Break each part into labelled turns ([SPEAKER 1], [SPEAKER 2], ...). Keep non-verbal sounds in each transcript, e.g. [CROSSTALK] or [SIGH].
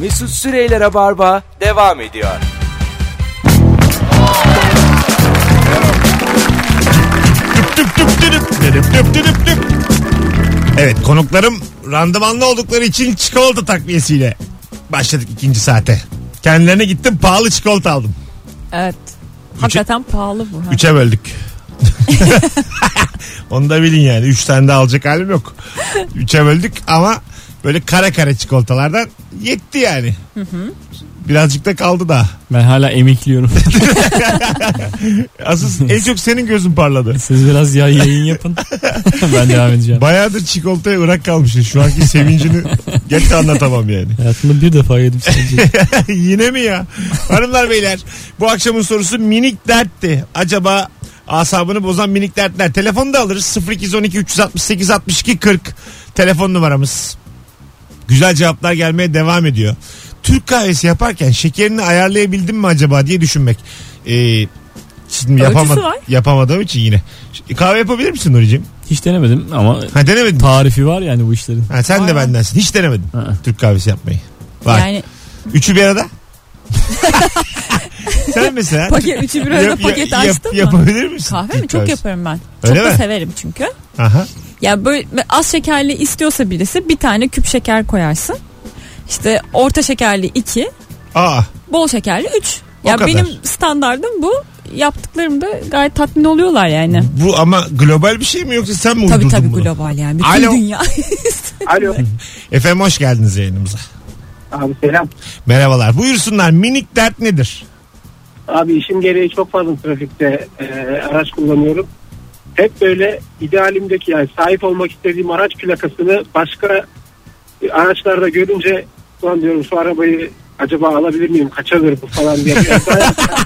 [SPEAKER 1] Mesut Süreyler'e barba devam ediyor.
[SPEAKER 2] Tüp tüp tüdüp, tüdüp tüp tüdüp tüp. Evet konuklarım randımanlı oldukları için çikolata takviyesiyle başladık ikinci saate. Kendilerine gittim pahalı çikolata aldım.
[SPEAKER 3] Evet. Hakikaten pahalı bu. ha.
[SPEAKER 2] Üçe böldük. [LAUGHS] Onu da bilin yani. Üç tane de alacak halim yok. Üçe böldük ama böyle kare kare çikolatalardan yetti yani. Birazcık da kaldı daha.
[SPEAKER 4] Ben hala [LAUGHS] emekliyorum.
[SPEAKER 2] Asıl en çok senin gözün parladı.
[SPEAKER 4] Siz biraz ya yayın [LAUGHS] yapın. ben devam edeceğim.
[SPEAKER 2] Bayağıdır çikolataya ırak kalmışsın. Şu anki [LAUGHS] sevincini gerçekten anlatamam yani.
[SPEAKER 4] Hayatımda bir defa yedim sadece.
[SPEAKER 2] [LAUGHS] Yine mi ya? Hanımlar beyler bu akşamın sorusu minik dertti. Acaba asabını bozan minik dertler. Telefonu da alırız. 0212 368 62 40 telefon numaramız. Güzel cevaplar gelmeye devam ediyor. Türk kahvesi yaparken şekerini ayarlayabildim mi acaba diye düşünmek. Ee, şimdi
[SPEAKER 3] Ölçüsü
[SPEAKER 2] yapamad-
[SPEAKER 3] var.
[SPEAKER 2] yapamadığım için yine. Ş- Kahve yapabilir misin Nuri'cim?
[SPEAKER 4] [LAUGHS] Hiç denemedim ama
[SPEAKER 2] Ha denemedin.
[SPEAKER 4] tarifi var yani bu işlerin.
[SPEAKER 2] Ha, sen de
[SPEAKER 3] Aynen.
[SPEAKER 2] bendensin. Hiç denemedim.
[SPEAKER 4] Ha.
[SPEAKER 2] Türk kahvesi yapmayı. Var.
[SPEAKER 3] Yani
[SPEAKER 2] Üçü bir arada. [LAUGHS] Sen mesela
[SPEAKER 3] paket üçü bir arada
[SPEAKER 2] yap-
[SPEAKER 3] paket
[SPEAKER 2] yap-
[SPEAKER 3] açtın mı?
[SPEAKER 2] Yapabilir misin?
[SPEAKER 3] Kahve mi?
[SPEAKER 2] Türk
[SPEAKER 3] Çok
[SPEAKER 2] kahvesi?
[SPEAKER 3] yaparım ben.
[SPEAKER 2] Öyle
[SPEAKER 3] Çok da
[SPEAKER 2] mi?
[SPEAKER 3] severim çünkü.
[SPEAKER 2] Aha.
[SPEAKER 3] Ya böyle az şekerli istiyorsa birisi bir tane küp şeker koyarsın. İşte orta şekerli iki,
[SPEAKER 2] Aa,
[SPEAKER 3] bol şekerli üç.
[SPEAKER 2] O
[SPEAKER 3] Ya
[SPEAKER 2] kadar.
[SPEAKER 3] benim standardım bu. Yaptıklarım da gayet tatmin oluyorlar yani.
[SPEAKER 2] bu ama global bir şey mi yoksa sen mi
[SPEAKER 3] Tabii
[SPEAKER 2] uydurdun
[SPEAKER 3] tabii
[SPEAKER 2] bunu?
[SPEAKER 3] global yani. Bütün
[SPEAKER 2] Alo.
[SPEAKER 3] dünya. [LAUGHS]
[SPEAKER 5] Alo.
[SPEAKER 2] Efendim hoş geldiniz yayınımıza.
[SPEAKER 5] Abi selam.
[SPEAKER 2] Merhabalar. Buyursunlar. Minik dert nedir?
[SPEAKER 5] Abi işim gereği çok fazla trafikte e, araç kullanıyorum. Hep böyle idealimdeki yani sahip olmak istediğim araç plakasını başka araçlarda görünce ulan diyorum şu arabayı acaba alabilir miyim kaça alırım falan diye. biraz daha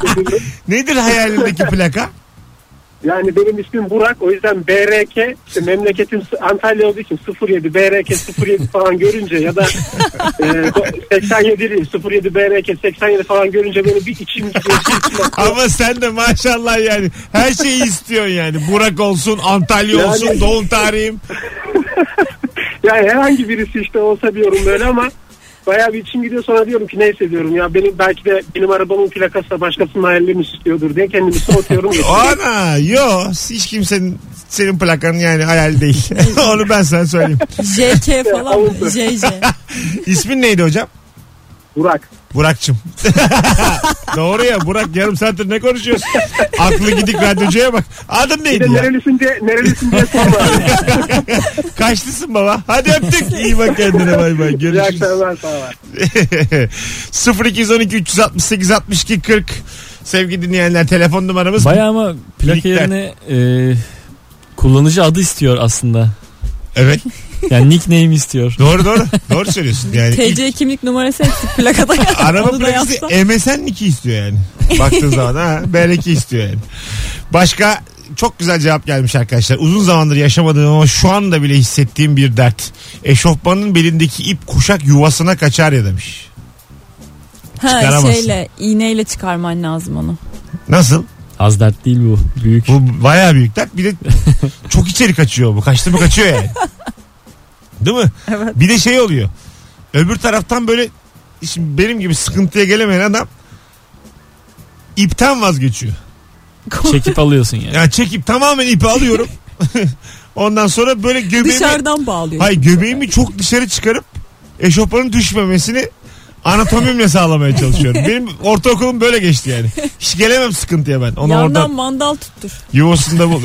[SPEAKER 5] düşünüyorum.
[SPEAKER 2] Nedir
[SPEAKER 3] [LAUGHS]
[SPEAKER 2] hayalindeki plaka?
[SPEAKER 5] yani benim ismim Burak o yüzden BRK işte memleketim Antalya olduğu için 07 BRK 07 falan görünce ya da e, 87 değil, 07 BRK 87 falan görünce beni bir içim gidiyor. bir içim atıyor.
[SPEAKER 2] Ama sen de maşallah yani her şeyi istiyorsun yani. Burak olsun, Antalya
[SPEAKER 5] Yani-
[SPEAKER 2] olsun, doğum tarihim.
[SPEAKER 5] Yani herhangi birisi işte olsa diyorum böyle ama bayağı bir içim gidiyor sonra diyorum ki neyse diyorum ya benim belki de benim arabamın plakası da başkasının hayallerini istiyordur diye kendimi soğutuyorum.
[SPEAKER 2] Ana yo hiç kimsenin senin plakanın yani hayal değil. [LAUGHS] Onu ben sana söyleyeyim.
[SPEAKER 3] JK falan.
[SPEAKER 5] Avrupa.
[SPEAKER 3] JJ.
[SPEAKER 2] İsmin neydi hocam?
[SPEAKER 5] Burak.
[SPEAKER 2] Burak'cım. [LAUGHS] Doğru ya Burak yarım saattir ne konuşuyorsun? Aklı gidik radyocuya bak. Adın
[SPEAKER 5] Bir de
[SPEAKER 2] neydi ya?
[SPEAKER 5] nerelisin diye, nerelisin diye sorma.
[SPEAKER 2] Kaçlısın baba. Hadi öptük. İyi bak kendine bay bay.
[SPEAKER 5] İyi
[SPEAKER 2] Görüşürüz. [LAUGHS]
[SPEAKER 5] akşamlar sağ ol.
[SPEAKER 2] 0212 368 62 40 Sevgili dinleyenler telefon numaramız.
[SPEAKER 4] Baya ama plaka
[SPEAKER 2] Minikler.
[SPEAKER 4] yerine e, kullanıcı adı istiyor aslında.
[SPEAKER 2] Evet
[SPEAKER 4] Yani nickname istiyor.
[SPEAKER 2] doğru doğru. doğru söylüyorsun yani. ilk
[SPEAKER 3] TC kimlik numarası eksik plakada.
[SPEAKER 2] Araba
[SPEAKER 3] [LAUGHS] Onu da
[SPEAKER 2] plakası
[SPEAKER 3] yazsa.
[SPEAKER 2] MSN 2 istiyor yani. Baktığın zaman ha. BR2 istiyor yani. Başka çok güzel cevap gelmiş arkadaşlar. Uzun zamandır yaşamadığım ama şu anda bile hissettiğim bir dert. Eşofmanın belindeki ip kuşak yuvasına kaçar ya demiş.
[SPEAKER 3] Ha,
[SPEAKER 2] Çıkaramazsın.
[SPEAKER 3] şeyle iğneyle çıkarman lazım onu.
[SPEAKER 2] Nasıl?
[SPEAKER 4] Az dert değil bu. Büyük.
[SPEAKER 2] Bu bayağı büyük dert. Bir de çok içeri kaçıyor bu. Kaçtı mı kaçıyor yani. Değil mi?
[SPEAKER 3] Evet.
[SPEAKER 2] Bir de şey oluyor. Öbür taraftan böyle şimdi benim gibi sıkıntıya gelemeyen adam ipten vazgeçiyor.
[SPEAKER 4] Çekip alıyorsun yani.
[SPEAKER 2] Ya çekip tamamen ipi alıyorum. Ondan sonra böyle göbeğimi
[SPEAKER 3] Dışarıdan bağlıyor.
[SPEAKER 2] hay göbeğimi çok dışarı çıkarıp eşofmanın düşmemesini anatomimle sağlamaya çalışıyorum. Benim ortaokulum böyle geçti yani. Hiç gelemem sıkıntıya ben. Onu
[SPEAKER 3] Yandan
[SPEAKER 2] oradan
[SPEAKER 3] mandal tuttur.
[SPEAKER 2] yuvasında bul.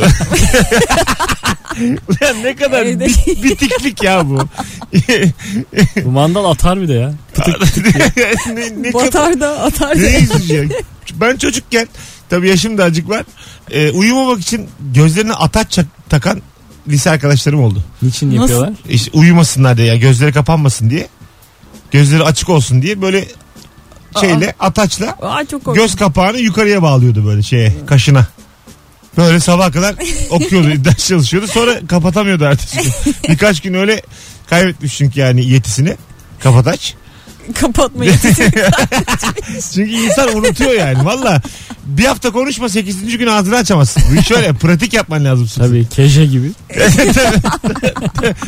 [SPEAKER 2] Lan ne kadar
[SPEAKER 3] Evde- [LAUGHS]
[SPEAKER 2] bit- bitiklik ya bu.
[SPEAKER 4] Bu mandal atar bir de ya.
[SPEAKER 2] [LAUGHS] ne, ne kadar
[SPEAKER 3] Batar da atar da.
[SPEAKER 2] Ne yüzücü ya? Ben çocukken tabii yaşım da azıcık var. Ee, uyumamak için gözlerine ataç çak- takan lise arkadaşlarım oldu.
[SPEAKER 4] Niçin
[SPEAKER 3] Nasıl?
[SPEAKER 4] yapıyorlar?
[SPEAKER 2] İşte uyumasınlar diye ya gözleri kapanmasın diye. Gözleri açık olsun diye böyle şeyle ataçla
[SPEAKER 3] Aa, çok korkunç.
[SPEAKER 2] göz kapağını yukarıya bağlıyordu böyle şeye kaşına. Böyle sabaha kadar okuyordu, ders çalışıyordu. Sonra kapatamıyordu artık. Birkaç gün öyle kaybetmiş çünkü yani yetisini. Kapataç.
[SPEAKER 3] Kapatmayı.
[SPEAKER 2] Çünkü insan unutuyor yani valla. Bir hafta konuşma 8. gün ağzını açamazsın. Bu iş öyle pratik yapman lazım. sık sık.
[SPEAKER 4] Tabii keşe gibi.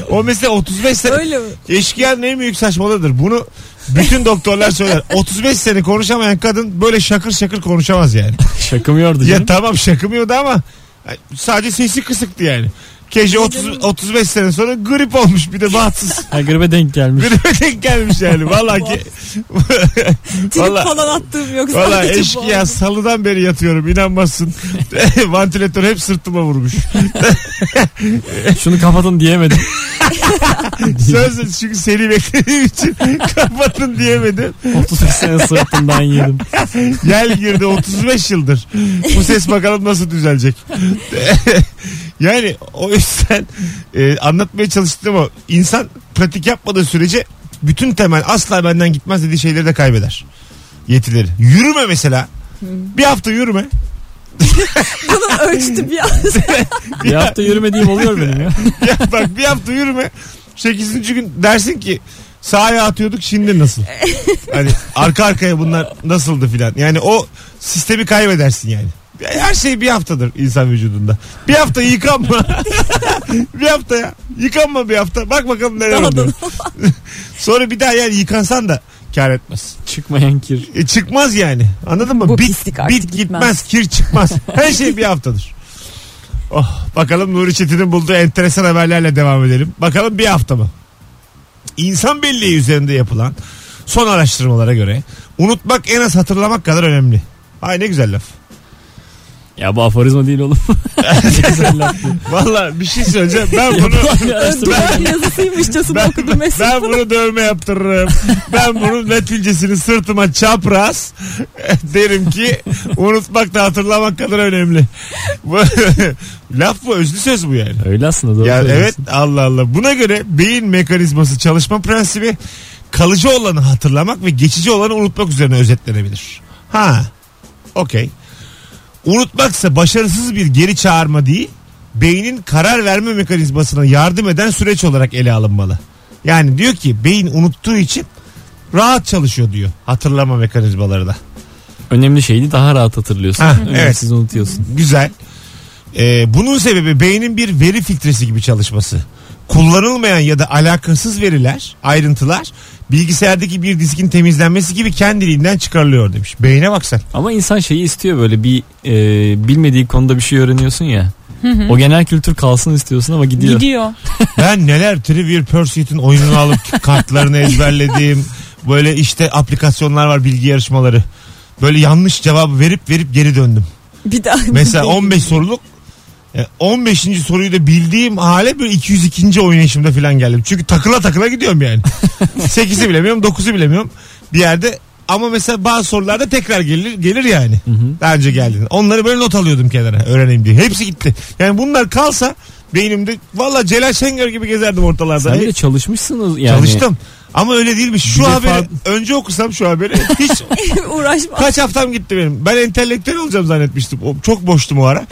[SPEAKER 2] O mesela 35 sene
[SPEAKER 3] Öyle mi?
[SPEAKER 2] eşkıyanın en büyük saçmalığıdır. Bunu Bütün doktorlar söyler. 35 sene konuşamayan kadın böyle şakır şakır konuşamaz yani.
[SPEAKER 4] Şakamıyordu
[SPEAKER 2] Ya
[SPEAKER 4] canım.
[SPEAKER 2] tamam şakımıyordu ama ay, sadece sesi kısıktı yani. Keşke 30, 35 sene sonra grip olmuş bir de
[SPEAKER 4] [LAUGHS]
[SPEAKER 2] bahtsız.
[SPEAKER 4] Ha, gribe denk gelmiş.
[SPEAKER 2] Gribe denk gelmiş yani. Vallahi ki.
[SPEAKER 3] Trip
[SPEAKER 2] Vallahi-
[SPEAKER 3] falan attığım yok.
[SPEAKER 2] Valla
[SPEAKER 3] sadece bu
[SPEAKER 2] eşkıya
[SPEAKER 3] oldu.
[SPEAKER 2] salıdan beri yatıyorum inanmazsın. Vantilatör hep sırtıma vurmuş.
[SPEAKER 4] Şunu kapatın diyemedim. [LAUGHS]
[SPEAKER 2] Söz çünkü seni beklediğim için [LAUGHS] kapatın diyemedim.
[SPEAKER 4] 35 sene sırtından yedim.
[SPEAKER 2] Gel girdi 35 yıldır. Bu ses bakalım nasıl düzelecek. [LAUGHS] yani o yüzden e, anlatmaya çalıştım o. insan pratik yapmadığı sürece bütün temel asla benden gitmez dediği şeyleri de kaybeder. Yetileri. Yürüme mesela. Bir hafta yürüme.
[SPEAKER 3] Bunun ölçtü bir
[SPEAKER 4] Bir hafta yürümediğim oluyor benim ya.
[SPEAKER 2] ya [LAUGHS] bak bir hafta yürüme. Sekizinci gün dersin ki sahaya atıyorduk şimdi nasıl? hani arka arkaya bunlar nasıldı filan. Yani o sistemi kaybedersin yani. Her şey bir haftadır insan vücudunda. Bir hafta yıkanma. [LAUGHS] bir hafta ya. Yıkanma bir hafta. Bak bakalım neler
[SPEAKER 3] Daha da
[SPEAKER 2] oluyor. [LAUGHS] Sonra bir daha yani yıkansan da kar etmez.
[SPEAKER 4] Çıkmayan kir.
[SPEAKER 2] E çıkmaz yani. Anladın mı?
[SPEAKER 3] Bu
[SPEAKER 2] bit,
[SPEAKER 3] pislik artık
[SPEAKER 2] bit gitmez.
[SPEAKER 3] gitmez.
[SPEAKER 2] kir
[SPEAKER 3] [LAUGHS]
[SPEAKER 2] çıkmaz. Her şey bir haftadır. Oh, bakalım Nuri Çetin'in bulduğu enteresan haberlerle devam edelim. Bakalım bir hafta mı? İnsan belleği üzerinde yapılan son araştırmalara göre unutmak en az hatırlamak kadar önemli. Ay ne güzel laf.
[SPEAKER 4] Ya bu aforizma
[SPEAKER 2] [LAUGHS]
[SPEAKER 4] değil oğlum. Ne güzel laf bu.
[SPEAKER 2] Valla bir şey söyleyeceğim. [LAUGHS] Ben bunu [LAUGHS]
[SPEAKER 4] Yapılan bir araştırma.
[SPEAKER 3] duvar yazısıymışçasına
[SPEAKER 2] ben,
[SPEAKER 3] okudum mesela.
[SPEAKER 2] ben bunu dövme yaptırırım. ben bunun neticesini sırtıma çapraz [LAUGHS] derim ki unutmak da hatırlamak kadar önemli. Bu- [LAUGHS] Laf bu özlü söz bu yani.
[SPEAKER 4] Öyle aslında doğru.
[SPEAKER 2] Ya evet
[SPEAKER 4] söylüyorsun.
[SPEAKER 2] Allah Allah. Buna göre beyin mekanizması çalışma prensibi kalıcı olanı hatırlamak ve geçici olanı unutmak üzerine özetlenebilir. Ha. Okey. Unutmaksa başarısız bir geri çağırma değil, beynin karar verme mekanizmasına yardım eden süreç olarak ele alınmalı. Yani diyor ki beyin unuttuğu için rahat çalışıyor diyor hatırlama mekanizmaları da.
[SPEAKER 4] Önemli şeydi daha rahat hatırlıyorsun.
[SPEAKER 2] Ha, evet.
[SPEAKER 4] evet. Siz unutuyorsun.
[SPEAKER 2] Güzel. Ee, bunun sebebi beynin bir veri filtresi gibi çalışması. Kullanılmayan ya da alakasız veriler, ayrıntılar bilgisayardaki bir diskin temizlenmesi gibi kendiliğinden çıkarılıyor demiş. Beyne bak sen.
[SPEAKER 4] Ama insan şeyi istiyor böyle bir e, bilmediği konuda bir şey öğreniyorsun ya. O genel kültür kalsın istiyorsun ama gidiyor.
[SPEAKER 3] Gidiyor.
[SPEAKER 2] Ben neler Trivial Pursuit'in oyununu alıp kartlarını ezberlediğim böyle işte aplikasyonlar var bilgi yarışmaları. Böyle yanlış cevabı verip verip geri döndüm.
[SPEAKER 3] Bir daha.
[SPEAKER 2] Mesela 15 soruluk e, 15. soruyu da bildiğim hale böyle 202. oynayışımda falan geldim. Çünkü takıla takıla gidiyorum
[SPEAKER 4] [LAUGHS]
[SPEAKER 2] yani. 8'i bilemiyorum 9'u bilemiyorum bir yerde. Ama mesela bazı sorularda tekrar gelir gelir yani. Daha önce geldiğinde. Onları böyle not alıyordum kenara öğreneyim diye. Hepsi gitti. Yani bunlar kalsa beynimde valla Celal Şengör gibi gezerdim ortalarda. E,
[SPEAKER 4] Sen bir de çalışmışsınız yani.
[SPEAKER 2] Çalıştım. Ama öyle değilmiş. Şu
[SPEAKER 4] Bir defa-
[SPEAKER 2] haberi önce okusam şu haberi
[SPEAKER 4] [LAUGHS]
[SPEAKER 2] hiç
[SPEAKER 3] [LAUGHS] Uğraşma.
[SPEAKER 2] kaç haftam gitti benim. Ben entelektüel olacağım zannetmiştim. O- Çok boştum o ara.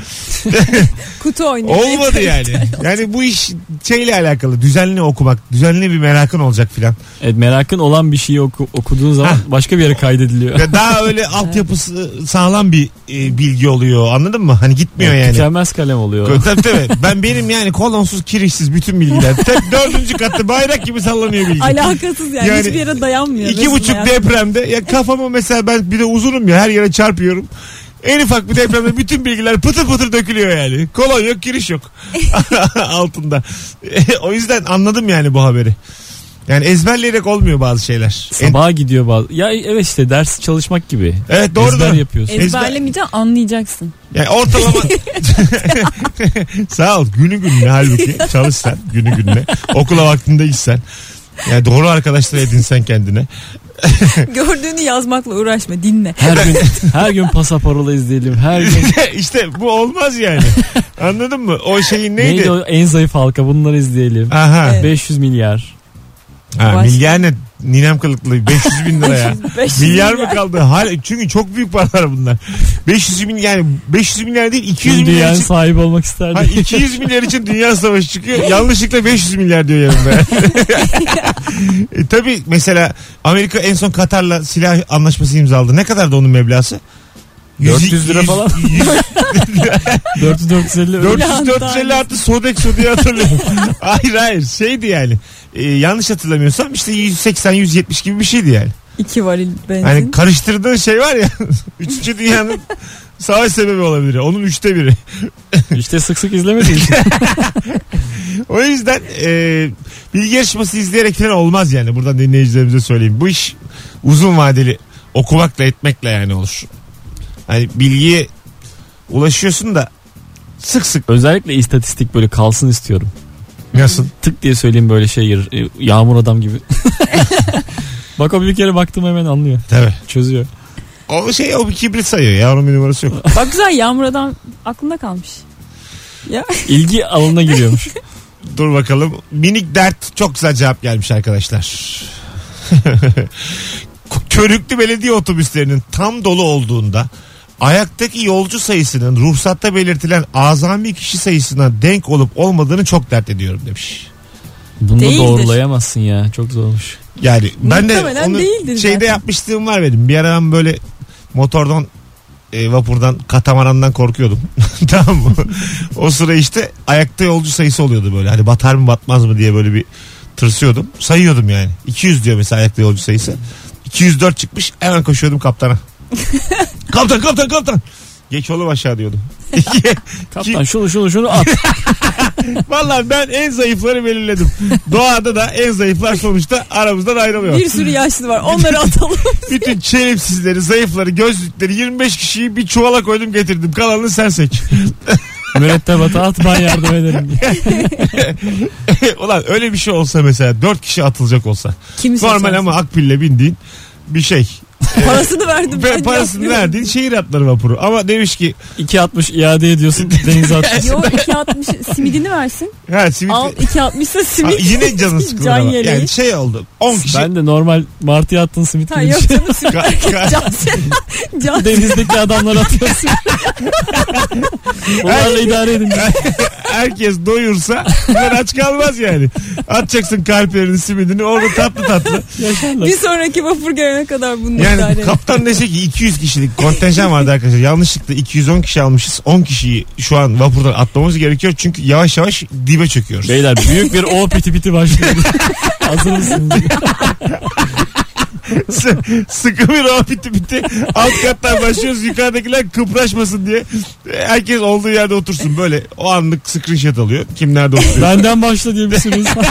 [SPEAKER 3] Kutu oynuyor.
[SPEAKER 2] Olmadı yani. Yani bu iş şeyle alakalı. Düzenli okumak, düzenli bir merakın olacak filan.
[SPEAKER 4] Evet E, merakın olan bir şeyi oku- okuduğun zaman başka bir yere kaydediliyor.
[SPEAKER 2] Ya Daha öyle altyapısı sağlam bir e, bilgi oluyor. Anladın mı? Hani gitmiyor
[SPEAKER 4] [LAUGHS]
[SPEAKER 2] yani.
[SPEAKER 4] Tükenmez kalem oluyor.
[SPEAKER 2] Tabii tabii. Ben benim yani kolonsuz, kirişsiz bütün bilgiler. Tek dördüncü katta bayrak gibi sallanıyor bilgi.
[SPEAKER 3] Alakasız yani.
[SPEAKER 2] Yani
[SPEAKER 3] Hiçbir yere dayanmıyor.
[SPEAKER 2] İki
[SPEAKER 3] resmen
[SPEAKER 2] buçuk
[SPEAKER 3] yani.
[SPEAKER 2] depremde ya kafama mesela ben bir de uzunum ya her yere çarpıyorum. En ufak bir depremde bütün bilgiler pıtır pıtır dökülüyor yani. Kolon yok giriş yok [LAUGHS] altında. [LAUGHS] o yüzden anladım yani bu haberi. Yani ezberleyerek olmuyor bazı şeyler. En-
[SPEAKER 4] Sabaha gidiyor bazı. Ya evet işte ders çalışmak gibi.
[SPEAKER 2] evet doğru
[SPEAKER 4] Ezber
[SPEAKER 2] da.
[SPEAKER 4] yapıyorsun.
[SPEAKER 2] Ezber-
[SPEAKER 3] Ezberlemeyeceksin anlayacaksın.
[SPEAKER 2] Yani
[SPEAKER 4] [LAUGHS]
[SPEAKER 2] ortalama [LAUGHS] sağ ol günü gününe halbuki çalışsan günü gününe okula vaktinde gitsen. Yani doğru arkadaşlar edinsen kendine.
[SPEAKER 3] [LAUGHS]
[SPEAKER 2] [LAUGHS]
[SPEAKER 3] Gördüğünü yazmakla uğraşma dinle.
[SPEAKER 4] Her gün
[SPEAKER 2] [LAUGHS]
[SPEAKER 4] her gün pasaparola izleyelim. Her gün
[SPEAKER 2] işte bu olmaz yani. Anladın mı? O şeyin neydi?
[SPEAKER 4] neydi, o en zayıf halka bunları izleyelim.
[SPEAKER 2] Aha.
[SPEAKER 3] Evet.
[SPEAKER 4] 500 milyar.
[SPEAKER 2] Ha,
[SPEAKER 3] Baş-
[SPEAKER 2] milyar ne? Ninem kılıklı 500 bin lira
[SPEAKER 3] [LAUGHS]
[SPEAKER 2] ya.
[SPEAKER 3] 500
[SPEAKER 2] milyar mı kaldı? Hala, çünkü çok büyük paralar bunlar. 500 bin yani 500 milyar değil 200
[SPEAKER 4] Tüm
[SPEAKER 2] milyar
[SPEAKER 4] dünyanın
[SPEAKER 2] için.
[SPEAKER 4] sahibi olmak isterdim.
[SPEAKER 2] Ha,
[SPEAKER 4] [LAUGHS]
[SPEAKER 2] 200 milyar için dünya savaşı çıkıyor. Yanlışlıkla 500 milyar diyor yanında. [LAUGHS] e, tabii mesela Amerika en son Katar'la silah anlaşması imzaladı. Ne kadar da onun meblası?
[SPEAKER 4] 400 lira falan. 400 450 öyle.
[SPEAKER 2] 400 450 artı Sodexo diye hatırlıyorum. [LAUGHS] hayır hayır şeydi yani. Ee, yanlış hatırlamıyorsam işte 180-170 gibi bir şeydi yani.
[SPEAKER 3] İki varil benzin.
[SPEAKER 2] Hani karıştırdığın şey var ya. [LAUGHS] Üçüncü dünyanın savaş sebebi olabilir. Onun üçte biri. [LAUGHS]
[SPEAKER 4] İşte sık sık izlemediği için.
[SPEAKER 2] O yüzden e, bilgi yarışması izleyerek falan olmaz yani. Buradan dinleyicilerimize söyleyeyim. Bu iş uzun vadeli okumakla etmekle yani olur. Hani bilgiye ulaşıyorsun da sık sık
[SPEAKER 4] Özellikle istatistik böyle kalsın istiyorum.
[SPEAKER 2] nasıl?
[SPEAKER 4] Tık diye söyleyeyim böyle şey yer- e, yağmur adam gibi. Bak o bir kere baktım hemen anlıyor.
[SPEAKER 2] Tabii.
[SPEAKER 4] Çözüyor.
[SPEAKER 2] O şey o bir kibrit sayıyor ya onun bir numarası yok.
[SPEAKER 3] Bak güzel Yağmur Adam aklında kalmış. Ya
[SPEAKER 4] İlgi alanına giriyormuş.
[SPEAKER 2] Dur bakalım. Minik dert çok güzel cevap gelmiş arkadaşlar. [LAUGHS] Körüklü belediye otobüslerinin tam dolu olduğunda ayaktaki yolcu sayısının ruhsatta belirtilen azami kişi sayısına denk olup olmadığını çok dert ediyorum demiş.
[SPEAKER 4] Bunu da
[SPEAKER 3] Değildir.
[SPEAKER 4] doğrulayamazsın ya. Çok zormuş.
[SPEAKER 2] Yani ben de
[SPEAKER 3] Muhtemelen
[SPEAKER 2] onu
[SPEAKER 3] değildir
[SPEAKER 2] şeyde
[SPEAKER 3] zaten.
[SPEAKER 2] yapmışlığım var benim. Bir ara ben böyle motordan e, vapurdan katamarandan korkuyordum. [LAUGHS] tamam mı? o sıra işte ayakta yolcu sayısı oluyordu böyle. Hani batar mı batmaz mı diye böyle bir tırsıyordum. Sayıyordum yani. 200 diyor mesela ayakta yolcu sayısı. 204 çıkmış hemen koşuyordum
[SPEAKER 3] [LAUGHS]
[SPEAKER 2] kaptana. kaptan kaptan kaptan. Geç oğlum aşağı diyordum.
[SPEAKER 4] Kaptan şunu şunu şunu at.
[SPEAKER 2] Vallahi ben en zayıfları belirledim. Doğada da en zayıflar sonuçta aramızdan ayrılıyor.
[SPEAKER 3] bir sürü yaşlı var. Onları atalım.
[SPEAKER 2] Bütün çelimsizleri, zayıfları, gözlükleri 25 kişiyi bir çuvala koydum getirdim. Kalanını sen seç. [LAUGHS]
[SPEAKER 4] Mürettebata at ben yardım ederim. diye.
[SPEAKER 2] Ulan öyle bir şey olsa mesela 4 kişi atılacak olsa.
[SPEAKER 3] [LAUGHS] Kimse
[SPEAKER 2] Normal ama akbille bindiğin bir şey.
[SPEAKER 3] Parasını
[SPEAKER 2] Ve
[SPEAKER 3] verdim. ben
[SPEAKER 2] parasını
[SPEAKER 3] yapmıyorum.
[SPEAKER 2] verdiğin şehir atları vapuru. Ama demiş ki
[SPEAKER 4] 2.60 iade ediyorsun
[SPEAKER 3] [LAUGHS]
[SPEAKER 4] denize atıyorsun.
[SPEAKER 3] Yo 2.60 simidini versin.
[SPEAKER 2] ha, simit... [LAUGHS]
[SPEAKER 3] Al 2.60 ise
[SPEAKER 2] Ha,
[SPEAKER 3] simit. [LAUGHS]
[SPEAKER 2] yine canı sıkılır
[SPEAKER 3] Can
[SPEAKER 2] ama.
[SPEAKER 3] yeleği.
[SPEAKER 2] Yani şey oldu. 10 kişi
[SPEAKER 4] Ben de normal martıya attın simit
[SPEAKER 3] Ha
[SPEAKER 4] gibi bir
[SPEAKER 3] yok
[SPEAKER 2] [LAUGHS]
[SPEAKER 4] şey.
[SPEAKER 3] canım simit.
[SPEAKER 2] Ka- ka-
[SPEAKER 3] [LAUGHS] Can, can.
[SPEAKER 4] Denizdeki
[SPEAKER 2] [LAUGHS]
[SPEAKER 4] adamlara atıyorsun. Onlarla idare edin.
[SPEAKER 2] [LAUGHS] herkes doyursa bunlar aç kalmaz yani. Atacaksın kalplerini simidini orada tatlı tatlı.
[SPEAKER 4] şey Yaşarlar.
[SPEAKER 3] Bir sonraki vapur gelene kadar bunu
[SPEAKER 2] Yani
[SPEAKER 3] idare edin.
[SPEAKER 2] kaptan dese ki 200 kişilik kontenjan vardı arkadaşlar. Yanlışlıkla 210 kişi almışız. 10 kişiyi şu an vapurdan atmamız gerekiyor. Çünkü yavaş yavaş dibe çöküyoruz.
[SPEAKER 4] Beyler büyük bir o piti piti başlıyor. [LAUGHS] Hazır mısınız?
[SPEAKER 2] S- [LAUGHS] Sıkı bir o bitti bitti. Alt kattan başlıyoruz. Yukarıdakiler kıpraşmasın diye. Herkes olduğu yerde otursun böyle. O anlık screenshot alıyor. Kim nerede
[SPEAKER 4] [LAUGHS]
[SPEAKER 2] oturuyor.
[SPEAKER 4] Benden başla diye bir sürü insan.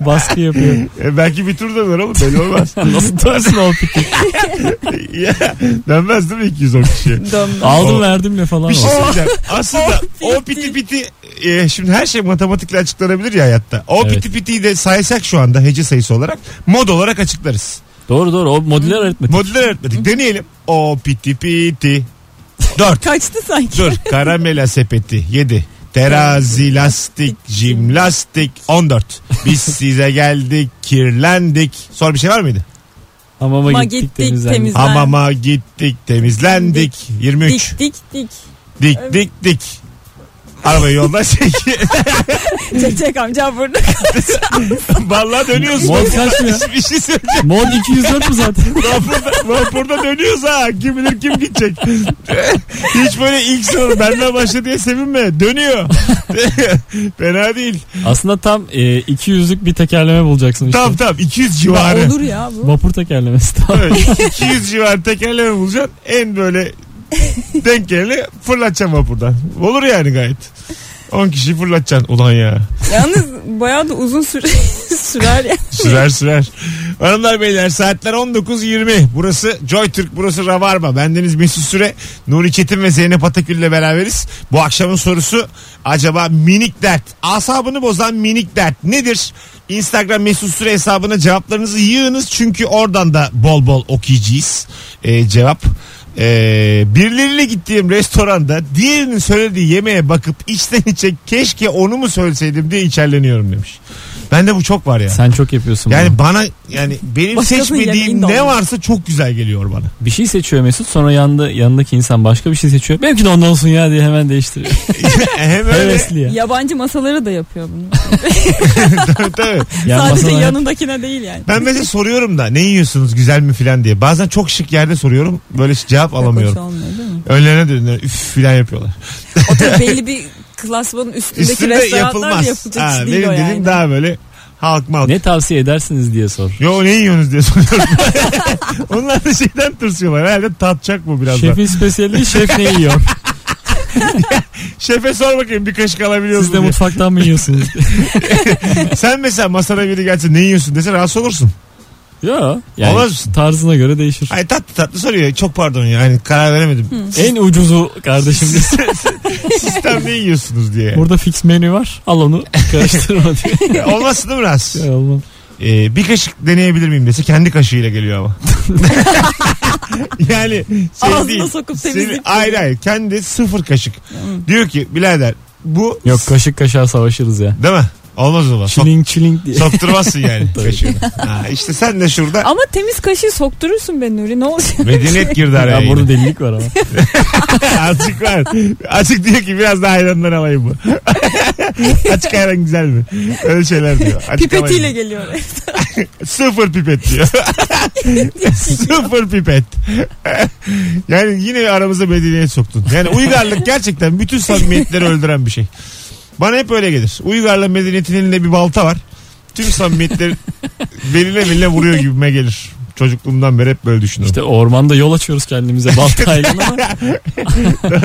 [SPEAKER 4] Baskı yapıyor.
[SPEAKER 2] E, belki bir tur döner oğlum. Belli olmaz.
[SPEAKER 4] Nasıl dönsün o piti?
[SPEAKER 2] [LAUGHS] ya, dönmez değil mi 210 kişiye?
[SPEAKER 3] Dönme.
[SPEAKER 4] Aldım verdim ne falan.
[SPEAKER 2] Bir şey
[SPEAKER 4] var.
[SPEAKER 2] söyleyeceğim. Aslında
[SPEAKER 3] O
[SPEAKER 2] o piti piti e, şimdi her şey matematikle açıklanabilir ya hayatta. O
[SPEAKER 4] Evet.
[SPEAKER 2] piti pitiyi de saysak şu anda hece sayısı olarak mod olarak açıklarız.
[SPEAKER 4] Doğru doğru o modüler öğretmedi.
[SPEAKER 2] Modüler öğretmedik. Deneyelim. O piti piti. Dört.
[SPEAKER 3] [LAUGHS] Kaçtı sanki.
[SPEAKER 2] Dur. Karamela sepeti. Yedi. Terazi lastik jimnastik 14. Biz size geldik kirlendik. Sonra bir şey var mıydı?
[SPEAKER 4] Hamama
[SPEAKER 3] Ma
[SPEAKER 4] gittik,
[SPEAKER 3] gittik,
[SPEAKER 4] temizlendik.
[SPEAKER 3] temiz- Güzel.
[SPEAKER 2] Hamama gittik temizlendik. 23.
[SPEAKER 3] Dik dik dik.
[SPEAKER 2] Dik dik dik. Arabayı yoldan çek.
[SPEAKER 3] Çekecek amca burada.
[SPEAKER 2] Vallahi dönüyorsun.
[SPEAKER 4] Mod kaç mı ya?
[SPEAKER 2] [LAUGHS] bir şey söyleyeceğim.
[SPEAKER 4] Mod 204 mu zaten?
[SPEAKER 2] Vapurda, vapurda dönüyoruz ha. Kim bilir kim gidecek. Hiç böyle ilk sırada benden başladı diye sevinme. Dönüyor. [LAUGHS] Fena değil.
[SPEAKER 4] Aslında tam e, 200'lük bir tekerleme bulacaksın işte.
[SPEAKER 2] Tam tam 200 civarı.
[SPEAKER 3] Olur ya bu.
[SPEAKER 4] Vapur tekerlemesi tamam.
[SPEAKER 2] Evet, 200 civarı tekerleme bulacaksın. En böyle denk geleni fırlatacaksın vapurdan. Olur yani gayet. 10 kişi fırlatacaksın. Ulan ya.
[SPEAKER 3] Yalnız bayağı da uzun süre [LAUGHS] sürer ya.
[SPEAKER 2] Sürer sürer. Hanımlar beyler saatler 19.20. Burası Joy Türk burası Rabarba. Bendeniz Mesut Süre, Nuri Çetin ve Zeynep Atakül ile beraberiz. Bu akşamın sorusu acaba minik dert. Asabını bozan minik dert nedir? Instagram Mesut Süre hesabına cevaplarınızı yığınız. Çünkü oradan da bol bol okuyacağız. Ee, cevap. Ee, birileriyle gittiğim restoranda diğerinin söylediği yemeğe bakıp içten içe keşke onu mu söyleseydim diye içerleniyorum demiş. Bende bu çok var ya.
[SPEAKER 4] Sen çok yapıyorsun bunu.
[SPEAKER 2] Yani bana yani benim
[SPEAKER 3] Başkasının
[SPEAKER 2] seçmediğim
[SPEAKER 3] yemeğini de
[SPEAKER 2] ne
[SPEAKER 3] olmuş.
[SPEAKER 2] varsa çok güzel geliyor
[SPEAKER 3] [LAUGHS]
[SPEAKER 2] bana.
[SPEAKER 4] Bir şey seçiyor Mesut sonra yanında yanındaki insan başka bir şey seçiyor. Benimki de ondan olsun ya diye hemen değiştiriyor.
[SPEAKER 2] hem öyle
[SPEAKER 4] Hevesli ya.
[SPEAKER 3] Yabancı masaları da yapıyor bunu.
[SPEAKER 2] tabii, [LAUGHS] tabii.
[SPEAKER 4] Yan
[SPEAKER 3] Sadece
[SPEAKER 4] masadan-
[SPEAKER 3] yanındakine değil yani.
[SPEAKER 2] Ben mesela soruyorum da ne yiyorsunuz güzel mi filan diye. Bazen çok şık yerde soruyorum böyle cevap
[SPEAKER 3] Hoş
[SPEAKER 2] alamıyorum.
[SPEAKER 3] şey olmuyor değil mi?
[SPEAKER 2] Önlerine dönüyorlar üf filan yapıyorlar.
[SPEAKER 3] O tabii belli bir klasmanın üstündeki
[SPEAKER 2] Üstünde
[SPEAKER 3] restoranlar da
[SPEAKER 2] yapılmaz.
[SPEAKER 3] yapılacak
[SPEAKER 2] Ha,
[SPEAKER 3] iş değil
[SPEAKER 2] benim
[SPEAKER 3] o
[SPEAKER 2] dediğim
[SPEAKER 3] yani.
[SPEAKER 2] daha böyle halk mal.
[SPEAKER 4] Ne tavsiye edersiniz diye sor.
[SPEAKER 2] Yo ne yiyorsunuz diye
[SPEAKER 3] [LAUGHS]
[SPEAKER 2] soruyorum. Onlar da şeyden tırsıyorlar. Herhalde tatacak bu birazdan.
[SPEAKER 4] Şefin spesiyelliği şef ne yiyor?
[SPEAKER 2] Şefe sor bakayım bir kaşık alabiliyoruz
[SPEAKER 4] Siz de
[SPEAKER 2] mu diye.
[SPEAKER 4] mutfaktan mı yiyorsunuz?
[SPEAKER 2] Sen mesela masana biri gelse ne yiyorsun dese rahatsız olursun.
[SPEAKER 4] Yo.
[SPEAKER 2] Olmaz.
[SPEAKER 4] tarzına göre değişir.
[SPEAKER 2] Ay tatlı tatlı soruyor. Çok pardon ya. Hani karar veremedim.
[SPEAKER 4] En ucuzu kardeşim.
[SPEAKER 2] Sistem ne yiyorsunuz diye. E,
[SPEAKER 4] Burada fix menü var. Al onu karıştırma
[SPEAKER 2] [LAUGHS]
[SPEAKER 4] diye.
[SPEAKER 2] Olmasın değil mi rahatsız?
[SPEAKER 4] Şey olmaz.
[SPEAKER 2] Ee, bir kaşık deneyebilir miyim dese kendi kaşığıyla geliyor
[SPEAKER 4] [LAUGHS]
[SPEAKER 2] ama. yani şey
[SPEAKER 3] Ağzına
[SPEAKER 2] değil.
[SPEAKER 3] sokup
[SPEAKER 2] Seni-
[SPEAKER 3] temizlik Hmm.
[SPEAKER 2] Hayır hayır. Kendi sıfır kaşık. Diyor ki birader bu
[SPEAKER 4] Yok kaşık kaşığa savaşırız ya.
[SPEAKER 2] Değil mi? Olmaz olmaz. Sok,
[SPEAKER 4] Çiling çiling diye.
[SPEAKER 2] sokturmazsın yani
[SPEAKER 4] [LAUGHS] Tabii.
[SPEAKER 2] kaşığını. Ha, işte sen de şurada
[SPEAKER 3] Ama [LAUGHS] şey- temiz kaşığı sokturursun be Nuri ne olacak?
[SPEAKER 2] medeniyet girdi araya. [LAUGHS]
[SPEAKER 4] Ya burada
[SPEAKER 2] yine.
[SPEAKER 4] delilik var ama.
[SPEAKER 2] Açık var. Açık diyor ki biraz daha ayrandan alayım mı? [LAUGHS] Açık ayran güzel mi? Öyle şeyler diyor. Açık
[SPEAKER 3] Pipetiyle
[SPEAKER 2] alayım.
[SPEAKER 3] geliyor.
[SPEAKER 2] Sıfır pipet diyor. Sıfır pipet. yani yine aramıza medeniyet soktun. Yani uygarlık gerçekten bütün samimiyetleri öldüren bir şey. Bana hep öyle gelir. Uygarla medeniyetin elinde bir balta var. Tüm samimiyetleri beline beline vuruyor gibime gelir. Çocukluğumdan beri hep böyle düşünüyorum.
[SPEAKER 4] İşte ormanda yol açıyoruz kendimize baltayla ama
[SPEAKER 2] [LAUGHS]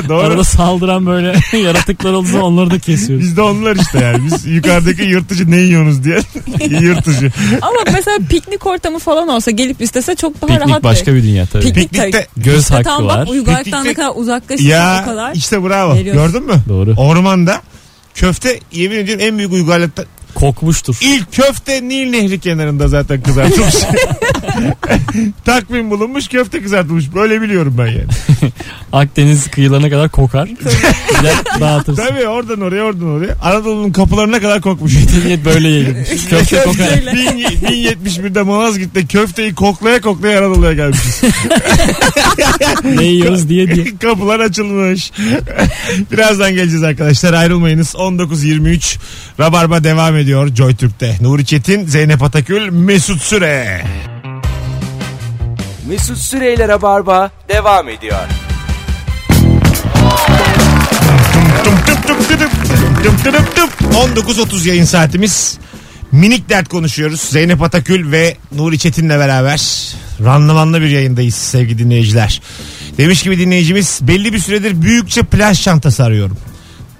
[SPEAKER 2] Doğru.
[SPEAKER 4] arada saldıran böyle [LAUGHS] yaratıklar olduğu zaman onları da kesiyoruz.
[SPEAKER 2] Biz de onlar işte yani. Biz yukarıdaki yırtıcı ne yiyorsunuz diye. [LAUGHS] yırtıcı.
[SPEAKER 3] [LAUGHS] Ama mesela piknik ortamı falan olsa gelip istese çok daha rahat.
[SPEAKER 4] Piknik başka bir dünya tabii.
[SPEAKER 3] Piknik
[SPEAKER 2] Piknikte
[SPEAKER 4] Göz hakkı
[SPEAKER 3] tam
[SPEAKER 4] var.
[SPEAKER 3] bak uygarlıktan ne
[SPEAKER 2] Piknikte-
[SPEAKER 3] kadar uzaklaşırsa o
[SPEAKER 2] ya
[SPEAKER 3] kadar.
[SPEAKER 2] işte bravo.
[SPEAKER 3] Veriyorsun.
[SPEAKER 2] Gördün mü?
[SPEAKER 4] Doğru.
[SPEAKER 2] Ormanda köfte yemin ediyorum en büyük uygarlıkta.
[SPEAKER 4] Kokmuştur.
[SPEAKER 2] İlk köfte Nil Nehri kenarında zaten kızartılmış. Takvim bulunmuş köfte kızartılmış. Böyle biliyorum ben yani.
[SPEAKER 4] Akdeniz kıyılarına
[SPEAKER 3] [LAUGHS]
[SPEAKER 4] kadar kokar. Gider dağıtırsın.
[SPEAKER 2] Tabii oradan oraya oradan oraya. Anadolu'nun kapılarına kadar kokmuş.
[SPEAKER 4] Medeniyet böyle yayılmış. Köfte kokar.
[SPEAKER 3] Öyle.
[SPEAKER 2] 1071'de Malazgirt'te köfteyi koklaya koklaya Anadolu'ya gelmişiz.
[SPEAKER 4] Ne yiyoruz diye diye.
[SPEAKER 2] [LAUGHS] Kapılar açılmış. Birazdan geleceğiz arkadaşlar ayrılmayınız. 19.23 Rabarba devam ediyor Joy Türk'te. Nuri Çetin, Zeynep Atakül, Mesut Süre.
[SPEAKER 1] Mesut Süreyler'e barba devam ediyor.
[SPEAKER 2] Tum tum tum tum tum tum tum tum tum. 19.30 yayın saatimiz. Minik dert konuşuyoruz. Zeynep Atakül ve Nuri Çetin'le beraber randımanlı bir yayındayız sevgili dinleyiciler. Demiş gibi dinleyicimiz belli bir süredir büyükçe plaj çantası arıyorum.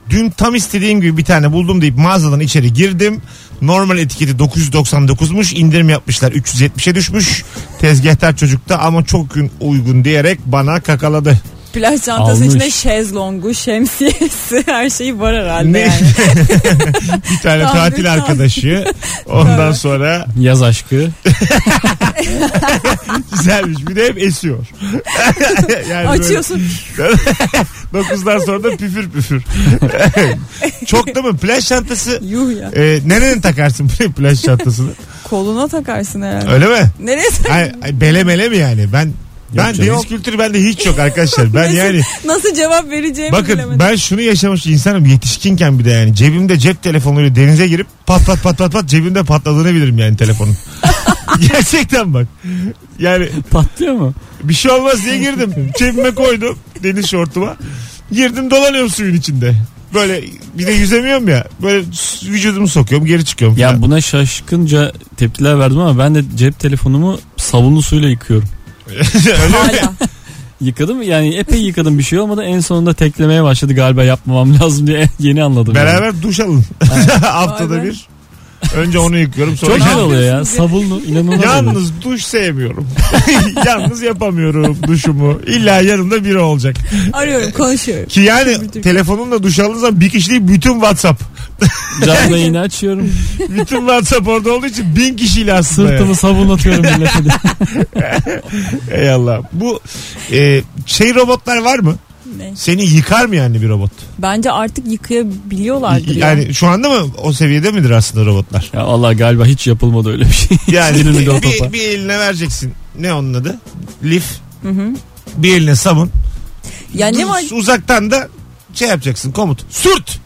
[SPEAKER 2] Dün tam istediğim gibi bir tane buldum deyip mağazadan içeri girdim. Normal etiketi 999'muş indirim yapmışlar 370'e düşmüş. Tezgahtar çocukta ama çok gün uygun diyerek bana kakaladı.
[SPEAKER 3] Plaj çantası
[SPEAKER 4] Almış.
[SPEAKER 3] içinde şezlongu, şemsiyesi [LAUGHS] her şeyi var herhalde
[SPEAKER 2] Ne? [LAUGHS]
[SPEAKER 3] yani.
[SPEAKER 2] Bir tane
[SPEAKER 3] Tam bir
[SPEAKER 2] tatil
[SPEAKER 3] tam.
[SPEAKER 2] arkadaşı ondan
[SPEAKER 3] Tabii.
[SPEAKER 2] sonra
[SPEAKER 4] Yaz aşkı.
[SPEAKER 2] Güzelmiş. Bir de hep esiyor.
[SPEAKER 3] [LAUGHS]
[SPEAKER 2] yani böyle
[SPEAKER 3] Açıyorsun
[SPEAKER 2] Dokuzdan sonra da püfür püfür. [LAUGHS] Çok da mı? Plaj çantası
[SPEAKER 3] yuh ya.
[SPEAKER 2] e, nereden takarsın plaj çantasını?
[SPEAKER 3] Koluna takarsın herhalde.
[SPEAKER 2] Öyle mi?
[SPEAKER 3] Nereye [LAUGHS] tak-
[SPEAKER 2] Ay, ay, bele mele mi yani? Ben ben
[SPEAKER 4] canım.
[SPEAKER 2] deniz kültürü bende hiç yok arkadaşlar. Ben yani
[SPEAKER 3] Nasıl cevap vereceğimi
[SPEAKER 2] bakın
[SPEAKER 3] bilemedim.
[SPEAKER 2] ben şunu yaşamış insanım yetişkinken bir de yani cebimde cep telefonuyla denize girip pat pat pat pat pat cebimde patladığını bilirim yani
[SPEAKER 3] [LAUGHS]
[SPEAKER 2] telefonun. Gerçekten bak. Yani
[SPEAKER 4] Patlıyor mu?
[SPEAKER 2] Bir şey olmaz diye girdim. Cebime koydum deniz şortuma. Girdim dolanıyorum suyun içinde. Böyle bir de yüzemiyorum ya. Böyle s- vücudumu sokuyorum geri çıkıyorum.
[SPEAKER 4] Ya
[SPEAKER 2] falan.
[SPEAKER 4] buna şaşkınca tepkiler verdim ama ben de cep telefonumu sabunlu suyla yıkıyorum.
[SPEAKER 2] [LAUGHS] Öyle mi?
[SPEAKER 3] Hala.
[SPEAKER 4] Yıkadım yani epey yıkadım bir şey olmadı. En sonunda teklemeye başladı galiba yapmamam [LAUGHS] lazım diye yeni anladım. yani.
[SPEAKER 2] Beraber duş alın. [LAUGHS] Haftada
[SPEAKER 3] Vay be.
[SPEAKER 2] bir. Önce onu yıkıyorum sonra.
[SPEAKER 4] Çok güzel oluyor ya.
[SPEAKER 3] yapıyorsunuz ya?
[SPEAKER 4] Sabunlu inanılmaz. oluyor.
[SPEAKER 2] Yalnız duş sevmiyorum. [LAUGHS] Yalnız yapamıyorum duşumu. İlla yanımda biri olacak.
[SPEAKER 3] Arıyorum konuşuyorum.
[SPEAKER 2] Ki yani telefonumla duş aldığın zaman bir kişi değil bütün WhatsApp.
[SPEAKER 4] Canlı yayını açıyorum.
[SPEAKER 2] Bütün WhatsApp orada olduğu için bin kişiyle aslında. yani.
[SPEAKER 4] Sırtımı sabunlatıyorum millete de.
[SPEAKER 2] Ey Allah. Bu e, şey robotlar var mı?
[SPEAKER 3] Ne? şey.
[SPEAKER 2] Seni yıkar mı yani bir robot?
[SPEAKER 3] Bence artık yıkayabiliyorlardır yani.
[SPEAKER 2] Yani şu anda mı o seviyede midir aslında robotlar?
[SPEAKER 4] Ya Allah galiba hiç yapılmadı öyle bir şey. [LAUGHS]
[SPEAKER 2] Yani
[SPEAKER 4] Sinirini de
[SPEAKER 2] bir,
[SPEAKER 4] o
[SPEAKER 2] bir,
[SPEAKER 4] topa.
[SPEAKER 2] bir eline vereceksin. Ne onun adı? Lif.
[SPEAKER 3] Hı hı.
[SPEAKER 2] Bir eline sabun.
[SPEAKER 3] Ya ne
[SPEAKER 4] [LAUGHS]
[SPEAKER 3] var?
[SPEAKER 2] Uzaktan da şey yapacaksın komut.
[SPEAKER 3] [LAUGHS]
[SPEAKER 2] Sürt.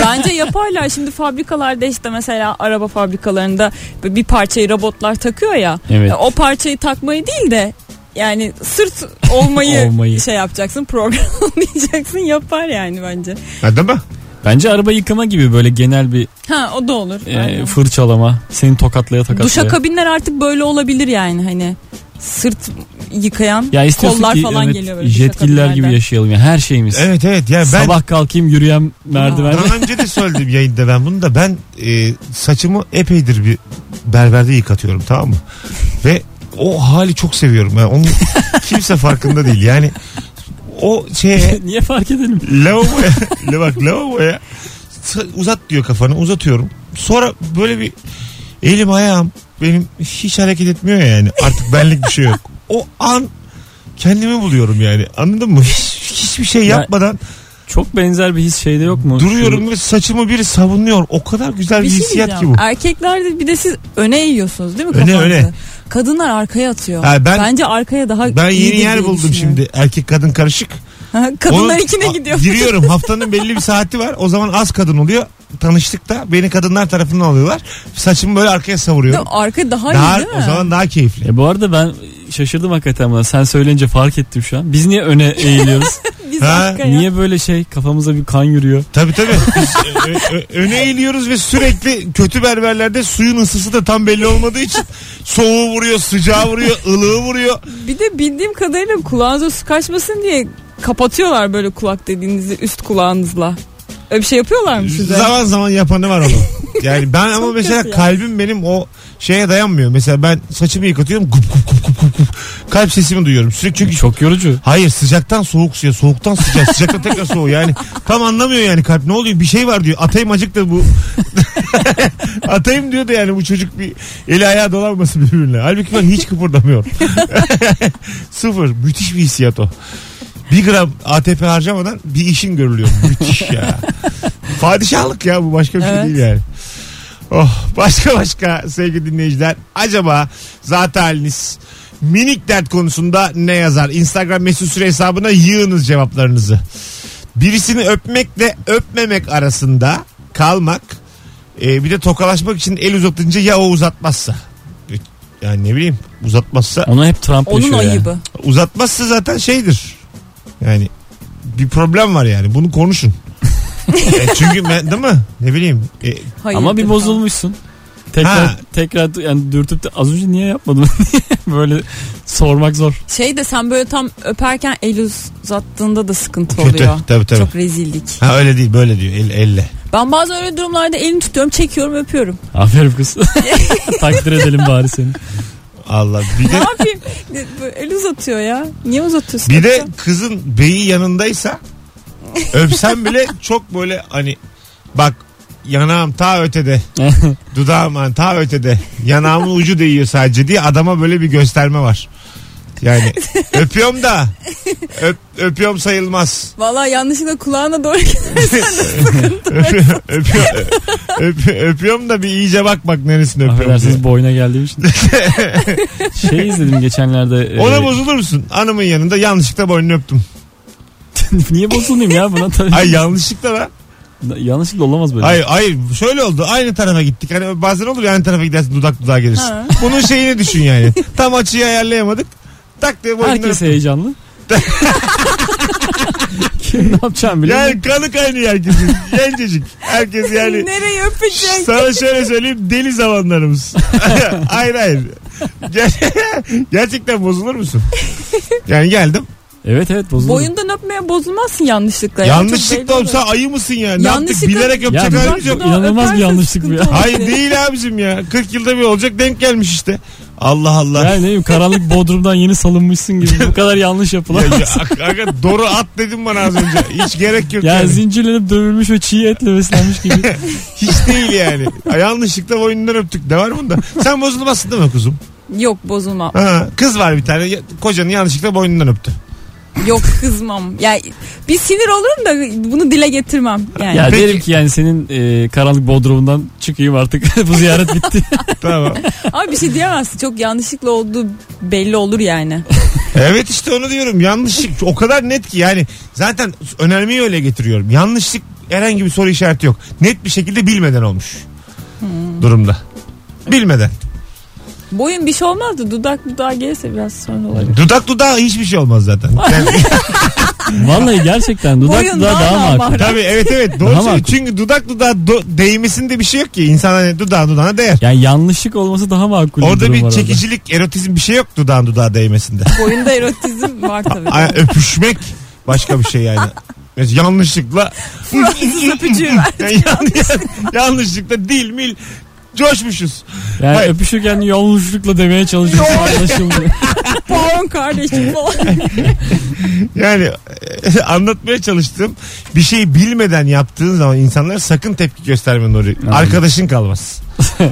[SPEAKER 3] Bence yaparlar şimdi fabrikalarda işte mesela araba fabrikalarında bir parçayı robotlar takıyor ya.
[SPEAKER 4] Evet.
[SPEAKER 3] O parçayı takmayı değil de yani sırt olmayı,
[SPEAKER 4] [LAUGHS] Olmayı.
[SPEAKER 3] şey yapacaksın [LAUGHS] programlayacaksın yapar yani bence.
[SPEAKER 2] Ha, değil mi?
[SPEAKER 4] Bence araba yıkama gibi böyle genel bir
[SPEAKER 3] Ha o da olur.
[SPEAKER 4] e,
[SPEAKER 3] Aynen.
[SPEAKER 4] fırçalama. Seni tokatlaya tokatlaya.
[SPEAKER 3] Duşakabinler artık böyle olabilir yani hani sırt yıkayan
[SPEAKER 4] ya istiyorsun
[SPEAKER 3] kollar
[SPEAKER 4] ki
[SPEAKER 3] falan
[SPEAKER 4] evet,
[SPEAKER 3] geliyor böyle
[SPEAKER 4] jetgiller gibi
[SPEAKER 3] duşakabinlerden.
[SPEAKER 4] yaşayalım ya her şeyimiz.
[SPEAKER 2] Evet evet. Ya ben
[SPEAKER 4] Sabah kalkayım yürüyen [LAUGHS] merdivenle.
[SPEAKER 2] daha önce de söyledim yayında ben bunu da ben e, saçımı epeydir bir berberde yıkatıyorum tamam mı? Ve o hali çok seviyorum. Yani onun kimse farkında değil. Yani o
[SPEAKER 4] [LAUGHS]
[SPEAKER 2] şeye
[SPEAKER 4] Niye fark edelim?
[SPEAKER 2] lavaboya la bak lavaboya s- uzat diyor kafanı uzatıyorum. Sonra böyle bir elim ayağım benim hiç hareket etmiyor yani artık benlik bir şey yok. O an kendimi buluyorum yani anladın mı? Hiç, hiçbir şey
[SPEAKER 4] Ya,
[SPEAKER 2] yapmadan
[SPEAKER 4] Çok benzer bir his şeyde yok mu?
[SPEAKER 2] duruyorum ve saçımı biri savunuyor. O kadar güzel bir,
[SPEAKER 3] Bir şey
[SPEAKER 2] hissiyat ki
[SPEAKER 3] diyeceğim.
[SPEAKER 2] bu.
[SPEAKER 3] Erkeklerde bir de siz öne eğiyorsunuz değil mi
[SPEAKER 2] Öne,
[SPEAKER 3] kafanızı?
[SPEAKER 2] öne.
[SPEAKER 3] Kadınlar arkaya atıyor.
[SPEAKER 2] Ha, ben-
[SPEAKER 3] Bence arkaya daha
[SPEAKER 2] Ben
[SPEAKER 3] iyidir
[SPEAKER 2] yeni yer
[SPEAKER 3] diye
[SPEAKER 2] buldum
[SPEAKER 3] düşünüyorum.
[SPEAKER 2] şimdi. Erkek kadın karışık.
[SPEAKER 3] Ha, [LAUGHS] Kadınlar
[SPEAKER 2] Onun-
[SPEAKER 3] ikine
[SPEAKER 2] a-
[SPEAKER 3] gidiyor.
[SPEAKER 2] Giriyorum.
[SPEAKER 3] [LAUGHS]
[SPEAKER 2] Haftanın belli bir saati var. O zaman az kadın oluyor. Tanıştık da beni kadınlar tarafından alıyorlar. Saçımı böyle arkaya savuruyorum.
[SPEAKER 3] Arka daha,
[SPEAKER 2] daha,
[SPEAKER 3] iyi değil mi?
[SPEAKER 2] o zaman daha keyifli.
[SPEAKER 4] E bu arada ben şaşırdım hakikaten buna. Sen söyleyince fark ettim şu an. Biz niye öne
[SPEAKER 3] [LAUGHS]
[SPEAKER 4] eğiliyoruz?
[SPEAKER 3] Biz
[SPEAKER 2] Ha,
[SPEAKER 3] arkaya.
[SPEAKER 4] niye böyle şey kafamıza bir kan yürüyor?
[SPEAKER 2] Tabii tabii. Biz e, ö- ö- öne eğiliyoruz ve sürekli kötü berberlerde suyun ısısı da tam belli olmadığı için soğuğu vuruyor, sıcağı vuruyor, ılığı vuruyor.
[SPEAKER 3] Bir de bildiğim kadarıyla kulağınıza su kaçmasın diye kapatıyorlar böyle kulak dediğinizi üst kulağınızla. Öyle bir şey yapıyorlar mı size?
[SPEAKER 2] Zaman zaman yapanı var onun. Yani
[SPEAKER 3] [LAUGHS]
[SPEAKER 2] ben ama
[SPEAKER 3] Çok
[SPEAKER 2] mesela
[SPEAKER 3] kötü ya.
[SPEAKER 2] kalbim benim o şeye dayanmıyor. Mesela ben saçımı yıkatıyorum. Gup gup gup gup gup gup. Kalp sesimi duyuyorum. Sürekli çünkü
[SPEAKER 4] Çok yorucu.
[SPEAKER 2] Hayır sıcaktan soğuk suya soğuktan sıcak sıcaktan tekrar soğuğu yani tam anlamıyor yani kalp ne oluyor bir şey var diyor atayım acık da bu [LAUGHS] atayım diyor da yani bu çocuk bir eli ayağı dolanmasın birbirine halbuki ben hiç kıpırdamıyor [LAUGHS] sıfır müthiş bir hissiyat o bir gram ATP harcamadan bir işin görülüyor müthiş ya padişahlık ya bu başka bir şey
[SPEAKER 3] Evet.
[SPEAKER 2] değil yani Oh başka başka sevgili dinleyiciler. Acaba zaten haliniz minik dert konusunda ne yazar? Instagram mesut süre hesabına yığınız cevaplarınızı. Birisini öpmekle öpmemek arasında kalmak e, bir de tokalaşmak için el uzatınca ya o uzatmazsa. Yani ne bileyim uzatmazsa
[SPEAKER 4] Onu hep Trump
[SPEAKER 3] Onun
[SPEAKER 4] yaşıyor ya.
[SPEAKER 3] ayıbı.
[SPEAKER 2] uzatmazsa zaten şeydir. Yani bir problem var yani bunu konuşun. E, çünkü ben değil mi? Ne bileyim. E,
[SPEAKER 3] Hayırdır
[SPEAKER 4] Ama bir
[SPEAKER 3] falan.
[SPEAKER 4] bozulmuşsun. Tekrar
[SPEAKER 2] Ha.
[SPEAKER 4] tekrar du- yani dürtüp de az önce niye yapmadım [LAUGHS] böyle sormak zor.
[SPEAKER 3] Şey de sen böyle tam öperken el uzattığında da sıkıntı
[SPEAKER 2] kötü.
[SPEAKER 3] oluyor.
[SPEAKER 2] Tabii tabii.
[SPEAKER 3] Çok rezillik.
[SPEAKER 2] Ha öyle değil böyle diyor el, elle.
[SPEAKER 3] Ben bazen öyle durumlarda elini tutuyorum, çekiyorum, öpüyorum.
[SPEAKER 4] Aferin kız. [LAUGHS] Takdir edelim bari seni.
[SPEAKER 2] Allah bir de
[SPEAKER 3] Ne yapayım? Böyle El uzatıyor ya. Niye uzatıyorsun?
[SPEAKER 2] bir de kızın beyi yanındaysa öpsen bile çok böyle hani bak yanağım ta ötede dudağım hani ta ötede yanağımın ucu değiyor sadece diye adama böyle bir gösterme var. Yani öpüyorum da öp, öpüyorum sayılmaz.
[SPEAKER 3] Valla yanlışlıkla kulağına doğru
[SPEAKER 2] Öpüyorum, öpüyorum, [LAUGHS] öp- öpüyorum da bir iyice bak bak neresini öpüyorum. diye.
[SPEAKER 4] Affedersiniz boyuna
[SPEAKER 2] [LAUGHS]
[SPEAKER 4] geldiğim için. şey izledim geçenlerde. e,
[SPEAKER 2] Ona bozulur musun? Anamın yanında yanlışlıkla boynunu öptüm.
[SPEAKER 4] [LAUGHS] niye bozulmayayım ya buna tabii.
[SPEAKER 2] Ay yanlışlıkla lan.
[SPEAKER 4] Yanlışlıkla olamaz böyle.
[SPEAKER 2] Hayır hayır şöyle oldu aynı tarafa gittik hani bazen olur ya aynı tarafa gidersin dudak dudağa gelirsin.
[SPEAKER 3] Ha.
[SPEAKER 2] Bunun şeyini düşün
[SPEAKER 3] [LAUGHS]
[SPEAKER 2] yani tam açıyı ayarlayamadık tak diye boynuna. [LAUGHS]
[SPEAKER 4] Herkes heyecanlı. Kim ne yapacağım bile.
[SPEAKER 2] Yani kanı kaynıyor herkesin gencecik herkes yani.
[SPEAKER 3] nereye öpeceksin?
[SPEAKER 2] Sana şöyle söyleyeyim deli
[SPEAKER 3] [LAUGHS]
[SPEAKER 2] zamanlarımız. hayır hayır. Ger- [LAUGHS] Gerçekten bozulur musun? Yani geldim.
[SPEAKER 4] Evet evet bozuldu.
[SPEAKER 3] Boyundan öpmeye bozulmazsın yanlışlıkla. ya. Çok
[SPEAKER 2] Yanlışlıkla
[SPEAKER 3] belli
[SPEAKER 2] olsa
[SPEAKER 3] olur.
[SPEAKER 2] ayı mısın yani? Ne yaptık?
[SPEAKER 3] Yanlışlıkla-
[SPEAKER 2] Bilerek
[SPEAKER 4] Ya
[SPEAKER 2] öpecek
[SPEAKER 4] bir-
[SPEAKER 2] halimiz yok.
[SPEAKER 4] Bak- İnanılmaz
[SPEAKER 3] Öpersen
[SPEAKER 4] bir yanlışlık bu ya.
[SPEAKER 3] sıkıntı olur.
[SPEAKER 2] Hayır değil abicim ya. 40 yılda bir olacak denk gelmiş işte. Allah Allah.
[SPEAKER 4] Yani ne bileyim karanlık bodrumdan yeni salınmışsın gibi bu kadar yanlış
[SPEAKER 2] Ya,
[SPEAKER 4] yapılan.
[SPEAKER 2] ya, ak- aga, doğru at dedim bana az önce. Hiç gerek [LAUGHS] yok.
[SPEAKER 4] Ya
[SPEAKER 2] yani.
[SPEAKER 4] zincirlenip dövülmüş ve çiğ etle
[SPEAKER 2] [LAUGHS]
[SPEAKER 4] beslenmiş gibi.
[SPEAKER 2] Hiç değil yani. Ay, Yanlışlıkla boynundan öptük. Ne var bunda? Sen bozulmazsın değil mi kuzum?
[SPEAKER 3] Yok bozulma.
[SPEAKER 2] Ha, kız var bir tane. Ya- Kocanı yanlışlıkla boynundan öptü.
[SPEAKER 3] Yok kızmam. Yani bir sinir olurum da bunu dile getirmem. Yani.
[SPEAKER 4] Ya
[SPEAKER 2] Peki.
[SPEAKER 4] derim ki yani senin e, karanlık bodrumundan çıkayım artık. [LAUGHS] Bu
[SPEAKER 2] [LAUGHS]
[SPEAKER 4] ziyaret bitti.
[SPEAKER 2] Tamam.
[SPEAKER 3] Ama bir şey diyemezsin. Çok yanlışlıkla olduğu belli olur yani.
[SPEAKER 2] Evet işte onu diyorum. Yanlışlık o kadar net ki yani zaten önermeyi öyle getiriyorum. Yanlışlık herhangi bir soru işareti yok. Net bir şekilde bilmeden olmuş. Durumda. Bilmeden.
[SPEAKER 3] Boyun bir şey olmazdı. Dudak dudağa gelirse biraz sonra olur.
[SPEAKER 2] Dudak dudağa hiçbir şey olmaz zaten. Yani,
[SPEAKER 4] Vallahi gerçekten dudak
[SPEAKER 3] Boyun
[SPEAKER 4] dudağa
[SPEAKER 3] daha
[SPEAKER 4] daha,
[SPEAKER 3] daha
[SPEAKER 4] makul.
[SPEAKER 3] var.
[SPEAKER 2] tabii evet evet doğru
[SPEAKER 4] Daha
[SPEAKER 2] söylüyor.
[SPEAKER 4] makul.
[SPEAKER 2] Çünkü dudak dudağa do- değmesinde bir şey yok ki. İnsan hani dudağın dudağına değer.
[SPEAKER 4] Yani yanlışlık olması daha makul.
[SPEAKER 2] Orada
[SPEAKER 4] durum
[SPEAKER 2] bir
[SPEAKER 4] var
[SPEAKER 2] çekicilik, erotizm bir şey yok dudağın dudağa değmesinde.
[SPEAKER 3] Boyunda erotizm var
[SPEAKER 2] [LAUGHS]
[SPEAKER 3] tabii.
[SPEAKER 2] Ay, öpüşmek başka bir şey yani. Mesela Yanlışlıkla
[SPEAKER 3] Fransız öpücüğü verdi.
[SPEAKER 2] [LAUGHS] Yani yan- yanlışlıkla dil mil coşmuşuz.
[SPEAKER 4] Yani
[SPEAKER 2] Hayır.
[SPEAKER 4] öpüşürken yanlışlıkla demeye
[SPEAKER 2] [LAUGHS]
[SPEAKER 4] çalışıyorsun. Anlaşılmıyor.
[SPEAKER 3] Pardon kardeşim falan.
[SPEAKER 2] Yani e, [LAUGHS] anlatmaya çalıştığım bir şeyi bilmeden yaptığın zaman insanlar sakın tepki gösterme Nuri. Arkadaşın
[SPEAKER 3] [LAUGHS]
[SPEAKER 2] kalmaz.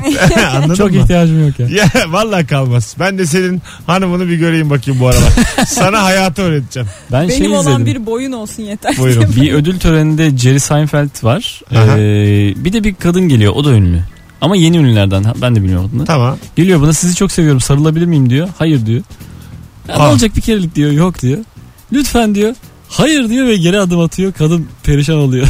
[SPEAKER 2] [LAUGHS] Anladın
[SPEAKER 4] Çok
[SPEAKER 2] mı?
[SPEAKER 4] ihtiyacım yok ya.
[SPEAKER 2] Ya vallahi kalmaz. Ben de senin hanımını bir göreyim bakayım bu aralar. Sana hayatı öğreteceğim.
[SPEAKER 4] Ben şey
[SPEAKER 3] Benim
[SPEAKER 4] izledim.
[SPEAKER 3] olan bir boyun olsun yeter.
[SPEAKER 2] Buyurun.
[SPEAKER 4] Bir ödül töreninde Jerry Seinfeld var.
[SPEAKER 2] Aha.
[SPEAKER 4] Ee, bir de bir kadın geliyor. O da ünlü. Ama yeni ünlülerden. Ha, Ben de bilmiyorum adını.
[SPEAKER 2] Tamam.
[SPEAKER 4] Geliyor bana sizi çok seviyorum sarılabilir miyim diyor. Hayır diyor. Ya ne
[SPEAKER 2] Ah.
[SPEAKER 4] olacak bir kerelik diyor. Yok diyor. Lütfen diyor. Hayır diyor ve geri adım atıyor. Kadın perişan oluyor.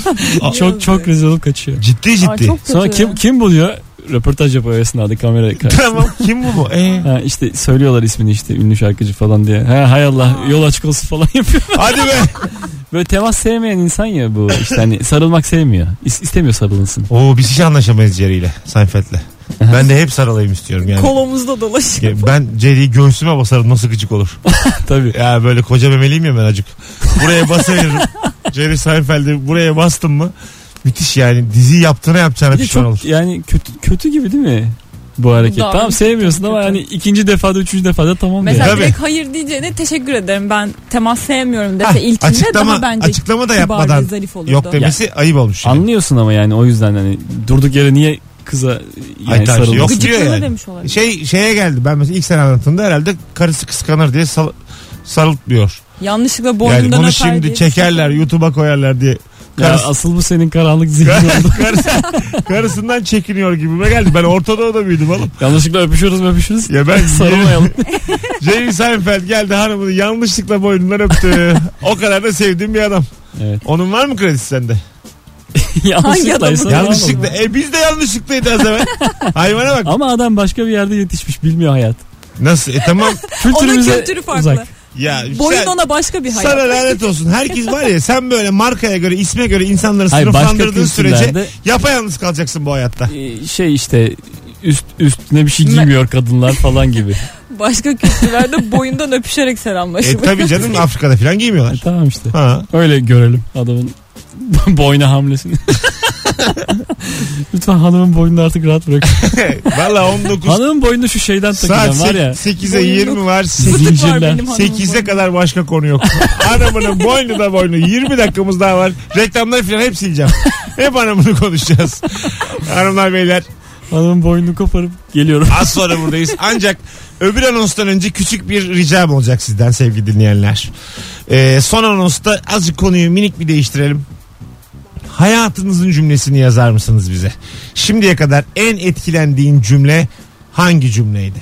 [SPEAKER 4] [LAUGHS] çok çok rezil olup kaçıyor.
[SPEAKER 2] Ciddi ciddi.
[SPEAKER 3] Aa, çok kötü.
[SPEAKER 4] Sonra kim kim bu diyor. Röportaj yapıyor esnada
[SPEAKER 2] [LAUGHS]
[SPEAKER 4] kamera karşısında.
[SPEAKER 2] Tamam kim bu bu? Ee,
[SPEAKER 4] Ha işte söylüyorlar ismini işte ünlü şarkıcı falan diye. Ha hay Allah yol açık olsun falan yapıyor.
[SPEAKER 2] hadi be.
[SPEAKER 4] Böyle temas sevmeyen insan ya bu. İşte hani sarılmak sevmiyor. İs- istemiyor sarılınsın.
[SPEAKER 2] Oo biz hiç anlaşamayız Jerry'yle Seinfeld'le. Ben de hep sarılayım istiyorum yani.
[SPEAKER 3] Kolumuzda dolaşıyor.
[SPEAKER 2] Ben Jerry'i göğsüme basarım nasıl gıcık olur.
[SPEAKER 4] Tabii.
[SPEAKER 2] Ya böyle koca memeliyim ya ben acık. Buraya basarım. Jerry Seinfeld'i buraya bastım mı? Müthiş yani. Dizi yaptığına yapacağına
[SPEAKER 4] Bir de
[SPEAKER 2] pişman olur.
[SPEAKER 4] çok yani kötü kötü gibi değil mi? Bu hareket.
[SPEAKER 3] Daha
[SPEAKER 4] tamam
[SPEAKER 3] kötü,
[SPEAKER 4] sevmiyorsun ama
[SPEAKER 3] kötü.
[SPEAKER 4] hani ikinci defada üçüncü defada tamam
[SPEAKER 3] Mesela
[SPEAKER 4] diyor.
[SPEAKER 2] Tabii.
[SPEAKER 3] direkt hayır diyeceğine teşekkür ederim. Ben temas sevmiyorum
[SPEAKER 2] Ha,
[SPEAKER 3] dese ilkinde daha bence
[SPEAKER 2] açıklama da
[SPEAKER 3] kibar ve
[SPEAKER 2] yapmadan
[SPEAKER 3] zarif olurdu.
[SPEAKER 2] yok demesi ayıp olmuş. Yani.
[SPEAKER 4] Anlıyorsun ama yani o yüzden hani durduk yere niye kıza
[SPEAKER 2] Ay
[SPEAKER 4] yani
[SPEAKER 2] tabii,
[SPEAKER 4] sarılıyorsun.
[SPEAKER 2] yok.
[SPEAKER 3] Gıcıklığına
[SPEAKER 2] diyor yani.
[SPEAKER 3] demiş olabilir.
[SPEAKER 2] Şey şeye geldi. Ben mesela ilk sene anlattığımda herhalde karısı kıskanır diye sal- sarıltmıyor.
[SPEAKER 3] Yanlışlıkla
[SPEAKER 2] yani
[SPEAKER 3] boynundan
[SPEAKER 2] bunu
[SPEAKER 3] öper
[SPEAKER 2] şimdi
[SPEAKER 3] diye.
[SPEAKER 2] çekerler, YouTube'a koyarlar diye.
[SPEAKER 4] Ya
[SPEAKER 2] Karısı,
[SPEAKER 4] asıl bu senin karanlık
[SPEAKER 2] [LAUGHS]
[SPEAKER 4] zihnin oldu.
[SPEAKER 2] karısı- karısından çekiniyor gibime geldi. Ben Orta Doğu'da büyüdüm oğlum.
[SPEAKER 4] Yanlışlıkla öpüşürüz öpüşürüz.
[SPEAKER 2] Ya [LAUGHS] ben
[SPEAKER 4] [LAUGHS] Sarılmayalım.
[SPEAKER 2] Jerry Seinfeld geldi hanımını yanlışlıkla boynundan öptü. o kadar da sevdiğim bir adam.
[SPEAKER 4] [LAUGHS] evet.
[SPEAKER 2] Onun var mı kredisi sende?
[SPEAKER 3] [LAUGHS] Hangi adamın?
[SPEAKER 4] Yanlışlıkla
[SPEAKER 2] Yanlışlıkla. E biz de yanlışlıklıydı az evvel. Hayvana bak.
[SPEAKER 4] Ama adam başka bir yerde yetişmiş bilmiyor hayat.
[SPEAKER 2] Nasıl? E tamam.
[SPEAKER 4] Kültürümüze
[SPEAKER 3] Onun kültürü farklı.
[SPEAKER 4] uzak.
[SPEAKER 2] Ya
[SPEAKER 3] Boyun
[SPEAKER 2] sen-
[SPEAKER 3] ona başka bir hayat.
[SPEAKER 2] sana lanet olsun. Herkes var ya sen böyle markaya göre, isme göre insanları
[SPEAKER 4] Hayır başka
[SPEAKER 2] sınıflandırdığın sürece
[SPEAKER 4] kültürlerde
[SPEAKER 2] yapayalnız kalacaksın bu hayatta.
[SPEAKER 4] [LAUGHS] e, şey işte üst üstüne bir şey giymiyor kadınlar falan gibi.
[SPEAKER 3] Başka kültürlerde [LAUGHS] boyundan öpüşerek
[SPEAKER 2] E
[SPEAKER 3] selamlaşıyor. [LAUGHS]
[SPEAKER 2] tabii canım Afrika'da falan
[SPEAKER 4] E,
[SPEAKER 2] giymiyorlar.
[SPEAKER 4] tamam işte.
[SPEAKER 2] Ha.
[SPEAKER 4] Öyle görelim adamın [LAUGHS] boyna [LAUGHS] hamlesini. Lütfen hanımın boynunu artık rahat bırak.
[SPEAKER 2] Valla 19
[SPEAKER 4] Hanımın boynunda şu şeyden
[SPEAKER 2] saat
[SPEAKER 4] takacağım var ya.
[SPEAKER 2] 8'e 20 var.
[SPEAKER 4] Fıtık var zincirler.
[SPEAKER 3] benim hanımın
[SPEAKER 2] 8'e kadar başka konu
[SPEAKER 4] [LAUGHS]
[SPEAKER 2] yok. Anamının boynu da boynu. 20 dakikamız daha var. Reklamları falan hep
[SPEAKER 4] [LAUGHS]
[SPEAKER 2] sileceğim. Hep anamını konuşacağız. Hanımlar beyler
[SPEAKER 4] Hanımın boynunu koparıp geliyorum.
[SPEAKER 2] az sonra buradayız. Ancak öbür anonstan önce küçük bir ricam olacak sizden sevgili dinleyenler. Ee, son anonsta azıcık konuyu minik bir değiştirelim. Hayatınızın cümlesini yazar mısınız bize? Şimdiye kadar en etkilendiğin cümle hangi cümleydi?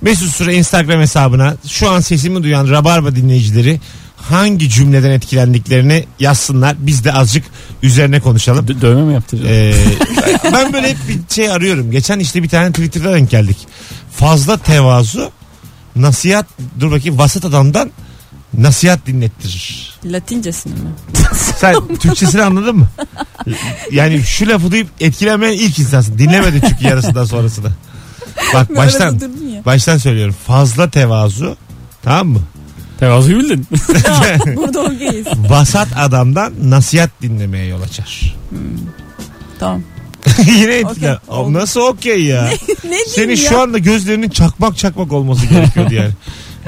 [SPEAKER 2] Mesut Süre Instagram hesabına şu an sesimi duyan Rabarba dinleyicileri hangi cümleden etkilendiklerini yazsınlar. Biz de azıcık üzerine konuşalım.
[SPEAKER 4] Dö- dövme mi yaptıracağım?
[SPEAKER 3] [LAUGHS]
[SPEAKER 2] Ee, ben böyle hep bir şey arıyorum. Geçen işte bir tane Twitter'da denk geldik. Fazla tevazu nasihat dur bakayım vasat adamdan nasihat dinlettirir.
[SPEAKER 3] Latincesini mi? [LAUGHS]
[SPEAKER 2] Sen Türkçesini anladın mı? Yani şu lafı duyup etkilenmeyen ilk insansın. Dinlemedin çünkü yarısından sonrasını. Bak
[SPEAKER 3] Böyle
[SPEAKER 2] baştan
[SPEAKER 3] arada
[SPEAKER 2] [LAUGHS]
[SPEAKER 3] durdun ya.
[SPEAKER 2] baştan söylüyorum. Fazla tevazu tamam mı?
[SPEAKER 4] Tevazu [LAUGHS] bildin.
[SPEAKER 3] Burada okeyiz.
[SPEAKER 2] Vasat adamdan nasihat dinlemeye yol açar. [LAUGHS]
[SPEAKER 3] Tamam.
[SPEAKER 2] Yine etkilen.
[SPEAKER 3] Okey, oldu.
[SPEAKER 2] Nasıl okey ya?
[SPEAKER 3] Ne diyeyim
[SPEAKER 2] Senin
[SPEAKER 3] ya?
[SPEAKER 2] şu anda gözlerinin çakmak çakmak olması gerekiyordu [LAUGHS] yani.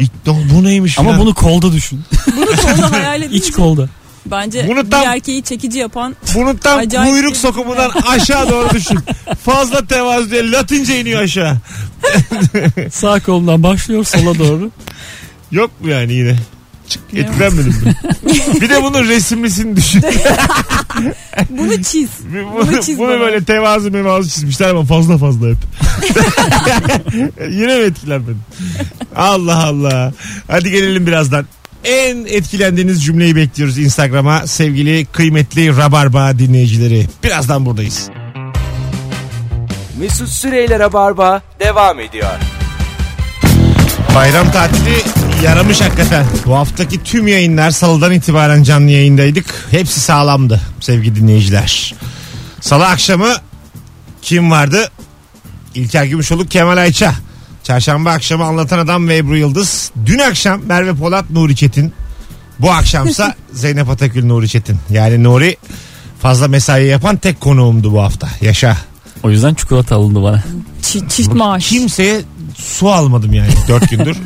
[SPEAKER 2] İlk, bu neymiş
[SPEAKER 4] Ama
[SPEAKER 2] falan.
[SPEAKER 4] bunu kolda düşün.
[SPEAKER 3] Bunu kolda hayal edin.
[SPEAKER 4] İç [LAUGHS] kolda.
[SPEAKER 3] Bence
[SPEAKER 2] Bunu
[SPEAKER 3] bir
[SPEAKER 2] tam-
[SPEAKER 3] erkeği çekici yapan
[SPEAKER 2] bunu tam
[SPEAKER 3] Acayip
[SPEAKER 2] kuyruk
[SPEAKER 3] bir-
[SPEAKER 2] sokumundan aşağı doğru düşün. Fazla tevazu diye latince iniyor aşağı.
[SPEAKER 4] Sağ kolundan başlıyor sola doğru.
[SPEAKER 2] Yok mu yani yine? Çık etkilenmedim ben. bir de bunun resimlisini düşün.
[SPEAKER 3] Bunu çiz.
[SPEAKER 2] Bir Bunu,
[SPEAKER 3] Bunu çiz
[SPEAKER 2] bunu
[SPEAKER 3] bana.
[SPEAKER 2] böyle tevazu mevazu çizmişler ama fazla fazla hep. [LAUGHS] Yine mi etkilenmedin? Allah Allah. Hadi gelelim birazdan. En etkilendiğiniz cümleyi bekliyoruz Instagram'a sevgili kıymetli Rabarba dinleyicileri. Birazdan buradayız.
[SPEAKER 1] Mesut Süreyler'e barba devam ediyor.
[SPEAKER 2] Bayram tatili yaramış hakikaten. Bu haftaki tüm yayınlar salıdan itibaren canlı yayındaydık. Hepsi sağlamdı sevgili dinleyiciler. Salı akşamı kim vardı? İlker Gümüşoluk, Kemal Ayça. Çarşamba akşamı Anlatan Adam ve Ebru Yıldız. Dün akşam Merve Polat, Nuri Çetin. Bu akşamsa Zeynep Atakül, Nuri Çetin. Yani Nuri fazla mesai yapan tek konuğumdu bu hafta. Yaşa.
[SPEAKER 4] O yüzden çikolata alındı bana.
[SPEAKER 3] Çi- çift maaş.
[SPEAKER 2] Kimseye su almadım yani dört gündür.